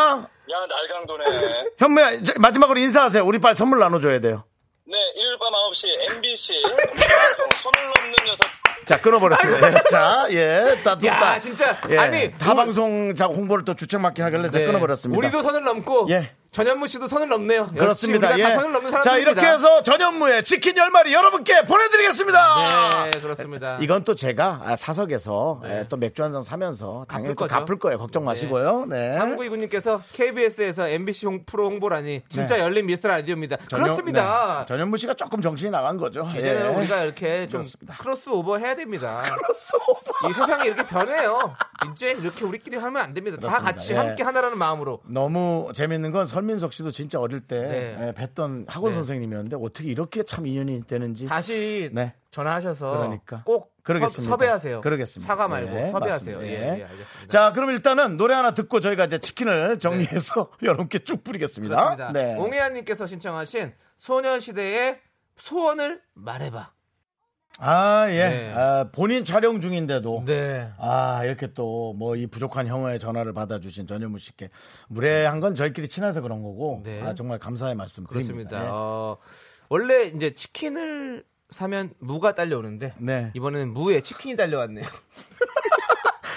야, 날강도네.
현무야, 이제 마지막으로 인사하세요. 우리 빨리 선물 나눠줘야 돼요.
네, 일요일 밤 9시 MBC 방송 손을 넘는 녀석.
자, 끊어버렸습니다. 예, 자, 예, 다, 또,
야,
다.
진짜.
예,
아니,
다 방송 자 홍보를 또 주책맞게 하길래 제가
네.
끊어버렸습니다.
우리도 선을 넘고
예.
전현무 씨도 선을 넘네요. 역시
그렇습니다.
우리가 다
예.
선을 넘는
자,
사람들입니다.
이렇게 해서 전현무의 치킨 열마리 여러분께 보내드리겠습니다.
네, 그렇습니다.
이건 또 제가 아, 사석에서 예, 또 맥주 한 잔 사면서 당연히
갚을
또
거죠.
갚을 거예요. 걱정 마시고요. 네.
3929님께서 KBS에서 MBC 홍- 프로 홍보라니 진짜
네.
열린 미스터 라디오입니다.
전현-
그렇습니다.
네. 전현무 씨가 조금 정신이 나간 거죠.
이제는
예.
우리가 이렇게 좀
그렇습니다.
크로스오버 해야 됩니다.
소파.
이 세상이 이렇게 변해요. 이제 이렇게 우리끼리 하면 안 됩니다. 다
그렇습니다.
같이
예.
함께 하나라는 마음으로.
너무 재밌는 건 설민석 씨도 진짜 어릴 때
네.
예, 뵀던 학원
네.
선생님이었는데 어떻게 이렇게 참 인연이 되는지
다시
네.
전화하셔서
그러니까.
꼭
그러겠습니다.
섭,외하세요
그러겠습니다.
사과 말고
예,
섭외하세요.
맞습니다.
예,
예.
예, 알겠습니다.
자, 그럼 일단은 노래 하나 듣고 저희가 이제 치킨을 정리해서 여러분께 쭉 뿌리겠습니다.
네. 그렇습니다.
네.
옹혜아님께서 신청하신 소녀시대의 소원을 말해봐.
아, 예.
네.
아, 본인 촬영 중인데도
네.
아, 이렇게 또 뭐 이 부족한 형어의 전화를 받아주신 전현무 씨께 무례한 건 저희끼리 친해서 그런 거고
네.
아, 정말 감사의 말씀 드립니다.
그렇습니다. 어, 원래 이제 치킨을 사면 무가 딸려오는데
네.
이번에는 무에 치킨이 달려왔네요.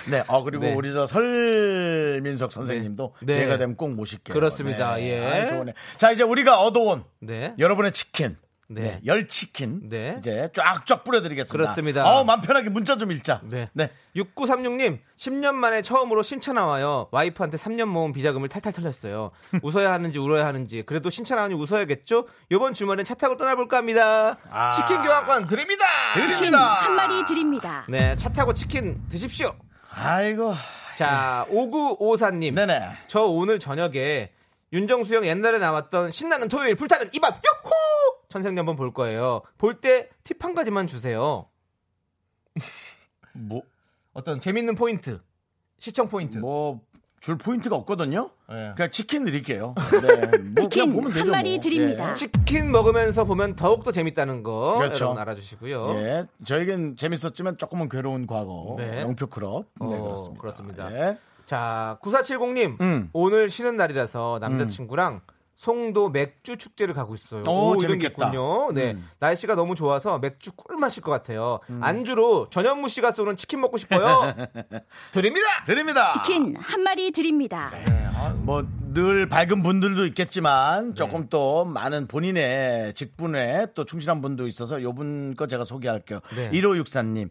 예. 네. 어, 그리고
네.
우리 저 설민석 선생님도
네.
얘가 되면 꼭 모실게요.
그렇습니다.
네.
예.
아, 좋으네. 자, 이제 우리가 얻어온
네.
여러분의 치킨.
네.
네, 열 치킨
네.
이제 쫙쫙 뿌려드리겠습니다.
그렇습니다.
어우, 맘 편하게 문자 좀 읽자.
네.
네.
6936님, 10년 만에 처음으로 신차 나와요. 와이프한테 3년 모은 비자금을 탈탈 털렸어요. 웃어야 하는지 울어야 하는지. 그래도 신차 나오니 웃어야겠죠? 요번 주말엔 차 타고 떠나볼까 합니다. 치킨 교환권 아. 드립니다!
치킨
한 마리 드립니다.
네, 차 타고 치킨 드십시오.
아이고.
자, 5954님.
네네.
저 오늘 저녁에 윤정수 형 옛날에 나왔던 신나는 토요일 불타는 이밤 요호! 천생연분 볼 거예요. 볼 때 팁 한 가지만 주세요.
뭐,
어떤 재밌는 포인트. 시청 포인트.
뭐, 줄 포인트가 없거든요?
예.
그냥 치킨 드릴게요. 네. 뭐 그냥
치킨
보면 되죠,
한 마리
뭐.
드립니다.
치킨 먹으면서 보면 더욱더 재밌다는 거
그렇죠.
여러분 알아주시고요.
예. 예. 저에겐 재밌었지만 조금은 괴로운 과거.
네.
영표 크럽. 네,
어,
그렇습니다.
그렇습니다.
예.
자, 9470님.
음.
오늘 쉬는 날이라서 남자친구랑 송도 맥주 축제를 가고 있어요.
오,
이런 게
재밌겠다. 음.
있군요. 네. 날씨가 너무 좋아서 맥주 꿀 마실 것 같아요. 안주로 전현무 씨가 쏘는 치킨 먹고 싶어요. 드립니다!
드립니다.
치킨 한 마리 드립니다.
뭐 늘 밝은 분들도 있겠지만
네.
조금 또 많은 본인의 직분에 또 충실한 분도 있어서 요분 거 제가 소개할게요.
네.
1564님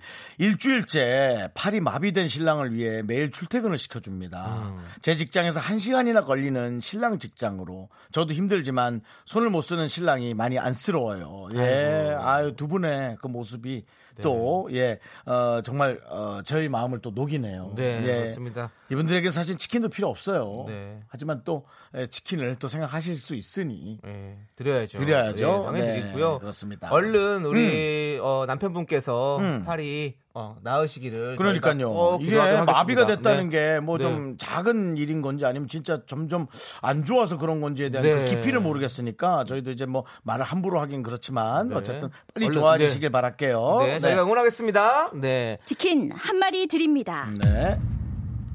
일주일째 팔이 마비된 신랑을 위해 매일 출퇴근을 시켜줍니다.
음.
제 직장에서 한 시간이나 걸리는 신랑 직장으로 저도 힘들지만 손을 못 쓰는 신랑이 많이 안쓰러워요. 예, 아유 두 분의 그 모습이 또 예, 어, 정말 어, 저희 마음을 또 녹이네요.
네,
예.
그렇습니다.
이분들에게 사실 치킨도 필요 없어요.
네.
하지만 또 에, 치킨을 또 생각하실 수 있으니
예, 드려야죠.
드려야죠.
예, 당연히
네,
드리고요.
그렇습니다.
얼른 우리 어, 남편분께서
음.
팔이 어, 나으시기를. 저희가
그러니까요.
꼭
이게
기도하도록 하겠습니다.
마비가 됐다는
네.
게 뭐 좀 작은 일인 건지 아니면 진짜 점점 안 좋아서 그런 건지에 대한
네.
그 깊이를 모르겠으니까 저희도 이제 뭐 말을 함부로 하긴 그렇지만 어쨌든 빨리
네. 얼른,
좋아지시길
네.
바랄게요.
네, 저희가 응원하겠습니다. 네.
치킨 한 마리 드립니다.
네.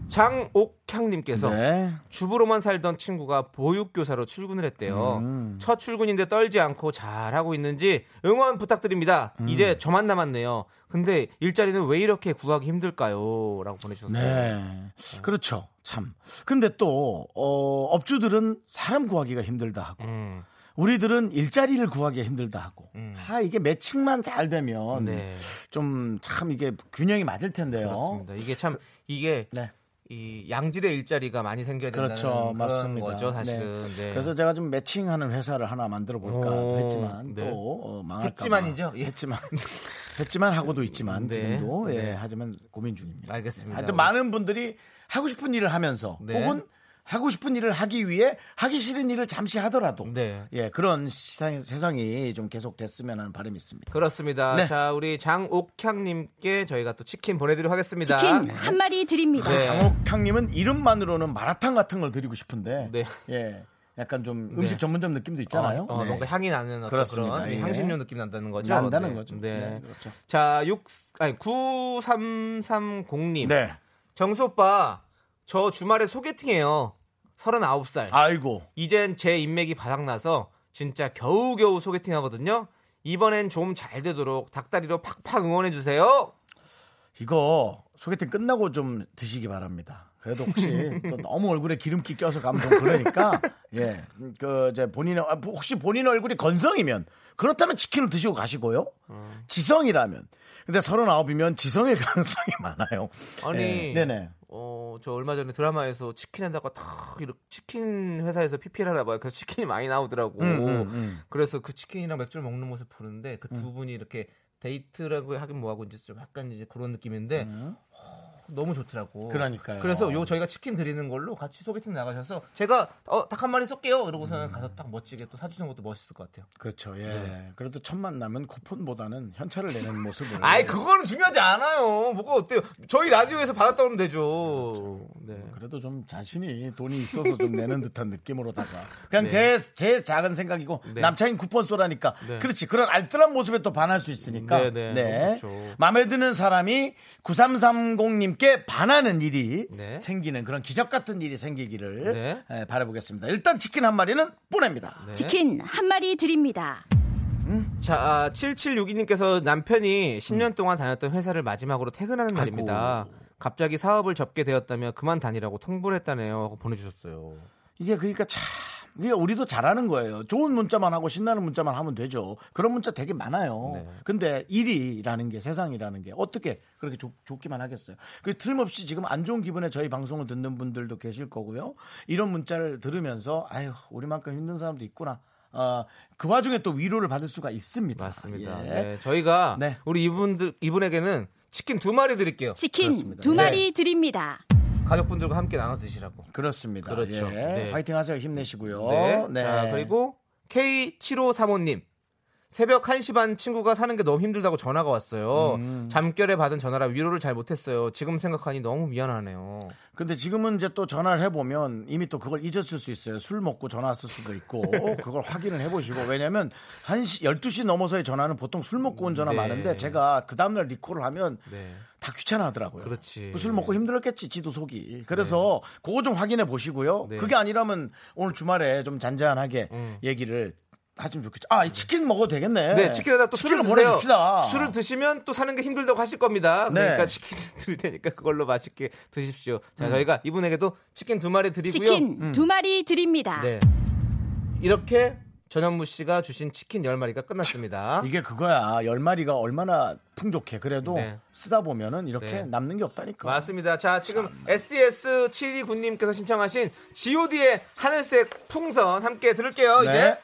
장옥향님께서
네.
주부로만 살던 친구가 보육교사로 출근을 했대요.
음.
첫 출근인데 떨지 않고 잘하고 있는지 응원 부탁드립니다.
음.
이제 저만 남았네요. 근데 일자리는 왜 이렇게 구하기 힘들까요? 라고 보내주셨어요.
네. 그렇죠. 참. 근데 또, 어, 업주들은 사람 구하기가 힘들다 하고,
음.
우리들은 일자리를 구하기 힘들다 하고 아 이게 매칭만 잘 되면
네.
좀 참 이게 균형이 맞을 텐데요.
그렇습니다. 이게 참 이게
어? 네.
이 양질의 일자리가 많이 생겨야 된다는
그렇죠,
그런
맞습니다.
거죠, 사실은.
네.
네.
그래서 제가 좀 매칭하는 회사를 하나 만들어 볼까
오,
했지만
네.
또 어, 망할까.
했지만이죠? 예.
했지만 했지만 하고도 있지만
네,
지금도 예,
네.
하지만 고민 중입니다.
알겠습니다.
하여튼 많은 분들이 하고 싶은 일을 하면서
네.
혹은 하고 싶은 일을 하기 위해 하기 싫은 일을 잠시 하더라도
네.
예 그런 시상- 세상이 좀 계속 됐으면 하는 바람이 있습니다.
그렇습니다.
네.
자, 우리 장옥향님께 저희가 또 치킨 보내드리도록 하겠습니다.
치킨 한 마리 드립니다.
네.
장옥향님은 이름만으로는 마라탕 같은 걸 드리고 싶은데
네.
예 약간 좀 음식 전문점 느낌도 있잖아요.
어, 어,
네.
뭔가 향이 나는 어떤
그렇습니다.
그런
예.
향신료 느낌 난다는 거죠.
난다는
네.
거죠.
네.
네, 그렇죠.
자, 6 아니 9330님.
네.
정수 오빠 저 주말에 소개팅해요. 39살.
아이고
이젠 제 인맥이 바닥나서 진짜 겨우겨우 소개팅 하거든요. 이번엔 좀 잘 되도록 닭다리로 팍팍 응원해 주세요.
이거 소개팅 끝나고 좀 드시기 바랍니다. 그래도 혹시 또 너무 얼굴에 기름기 껴서 가면 좀 그러니까 예그 이제 본인의 아, 혹시 본인 얼굴이 건성이면 그렇다면 치킨을 드시고 가시고요.
음.
지성이라면 근데 서른아홉이면 지성일 가능성이 많아요.
아니.
예, 네네
어, 저 얼마 전에 드라마에서 치킨 한다고 탁 이렇게 치킨 회사에서 PP를 하나 봐요. 그래서 치킨이 많이 나오더라고.
음,
그래서 그 치킨이랑 맥주를 먹는 모습 보는데 그
음.
두 분이 이렇게 데이트라고 하긴 뭐하고 이제 좀 약간 이제 그런 느낌인데 어, 너무 좋더라고.
음. 그러니까요.
그래서 요 저희가 치킨 드리는 걸로 같이 소개팅 나가셔서 제가 어, 닭 한 마리 쏠게요. 이러고서는
음.
가서 딱 멋지게 또 사주는 것도 멋있을 것 같아요.
그렇죠. 예 그래도 첫 만남은 쿠폰보다는 현찰을 내는 모습을.
네. 아이 그거는 중요하지 않아요. 뭐가 어때요? 저희 라디오에서 받았다 그러면 되죠.
그렇죠.
네.
그래도 좀 자신이 돈이 있어서 좀 내는 듯한 느낌으로다가 그냥 제, 제 작은 생각이고
네.
남창인 쿠폰 쏘라니까
네.
그렇지 그런 알뜰한 모습에 또 반할 수 있으니까
네, 네. 그렇죠.
마음에 드는 사람이 9330님께 반하는 일이
네.
생기는 그런 기적 같은 일이 생기기를
네.
예, 바라보겠습니다 일단 치킨 한 마리는 보냅니다
네.
치킨 한 마리 드립니다.
자, 아, 7762님께서 남편이
음.
10년 동안 다녔던 회사를 마지막으로 퇴근하는 날입니다. 갑자기 사업을 접게 되었다며 그만 다니라고 통보를 했다네요. 하고 보내주셨어요.
이게 그러니까 참 이게 우리도 잘하는 거예요. 좋은 문자만 하고 신나는 문자만 하면 되죠. 그런 문자 되게 많아요.
네.
근데 일이라는 게 세상이라는 게 어떻게 그렇게 좋, 좋기만 하겠어요. 그 틀림없이 지금 안 좋은 기분에 저희 방송을 듣는 분들도 계실 거고요. 이런 문자를 들으면서 아유 우리만큼 힘든 사람도 있구나. 어, 그 와중에 또 위로를 받을 수가 있습니다.
맞습니다.
예.
네, 저희가
네.
우리 이분들 이분에게는 치킨 두 마리 드릴게요.
치킨
그렇습니다.
두
네.
마리 드립니다.
가족분들과 함께 나눠 드시라고.
그렇습니다.
그렇죠.
예.
네.
화이팅하세요. 힘내시고요.
네. 자, 그리고 K7535님. 새벽 1시 반 친구가 사는 게 너무 힘들다고 전화가 왔어요.
음.
잠결에 받은 전화라 위로를 잘 못했어요. 지금 생각하니 너무 미안하네요.
근데 지금은 이제 또 전화를 해보면 이미 또 그걸 잊었을 수 있어요. 술 먹고 전화 왔을 수도 있고 그걸 확인을 해보시고 왜냐면 1시, 12시 넘어서의 전화는 보통 술 먹고 온 전화
네.
많은데 제가 그 다음날 리콜을 하면
네.
다 귀찮아 하더라고요.
그렇지.
술 먹고 힘들었겠지, 지도 속이. 그래서 그거 좀 확인해 보시고요.
네. 음.
그게 아니라면 오늘 주말에 좀 잔잔하게 얘기를 하시면 좋겠죠. 아, 이 치킨 먹어도 되겠네.
네, 치킨에다 또
치킨을
술을
보내줍시다.
드세요. 술을 드시면 또 사는 게 힘들다고 하실 겁니다.
네.
그러니까 치킨 드릴 테니까 그걸로 맛있게 드십시오. 자,
음.
저희가 이분에게도 치킨 두 마리 드리고요.
치킨 두 마리 드립니다.
네. 이렇게 전현무 씨가 주신 치킨 열마리가 끝났습니다.
이게 그거야. 열 마리가 얼마나 풍족해. 그래도
네.
쓰다 보면은 이렇게
네.
남는 게 없다니까.
맞습니다. 자, 지금 SDS 729님께서 신청하신 GOD의 하늘색 풍선 함께 들을게요.
네.
이제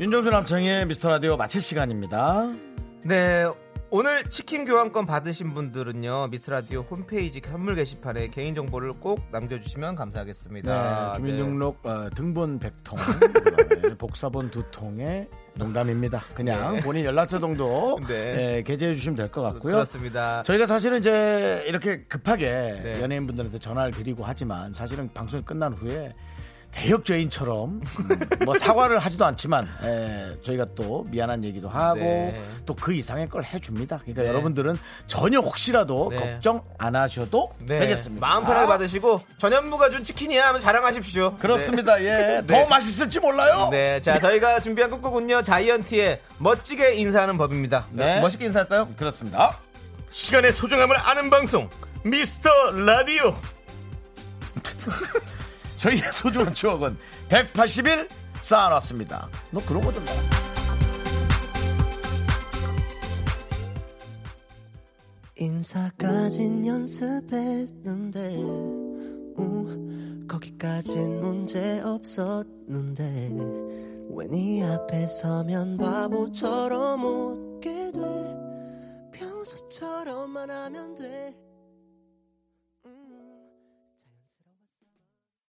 윤정수 남창의 미스터 라디오 마칠 시간입니다.
네. 오늘 치킨 교환권 받으신 분들은요 미스라디오 홈페이지 선물 게시판에 개인 정보를 꼭 남겨주시면 감사하겠습니다.
네,
네.
주민등록 어, 등본 100통, 그다음에 복사본 2통에 농담입니다. 그냥 본인 연락처 정도
네.
예, 게재해 주시면 될 것 같고요.
그렇습니다.
저희가 사실은 이제 이렇게 급하게
네.
연예인분들한테 전화를 드리고 하지만 사실은 방송이 끝난 후에 대역 죄인처럼 음, 뭐 사과를 하지도 않지만 에, 저희가 또 미안한 얘기도 하고
네.
또 그 이상의 걸 해줍니다. 그러니까
네.
여러분들은 전혀 혹시라도
네.
걱정 안 하셔도
네.
되겠습니다. 아,
마음 편하게 받으시고 전현무가 준 치킨이야 하면 자랑하십시오.
그렇습니다. 예, 더 맛있을지 몰라요.
네, 자 저희가 준비한 끝곡은요 자이언티의 멋지게 인사하는 법입니다.
네.
멋있게 인사할까요?
그렇습니다.
시간의 소중함을 아는 방송 미스터 라디오.
저희의 소중한 추억은 180일 쌓아놨습니다. 너 그런 거 좀.
인사까진 연습했는데 우, 거기까진 문제 없었는데 왜 네 앞에 서면 바보처럼 웃게 돼 평소처럼만 하면 돼
Mm.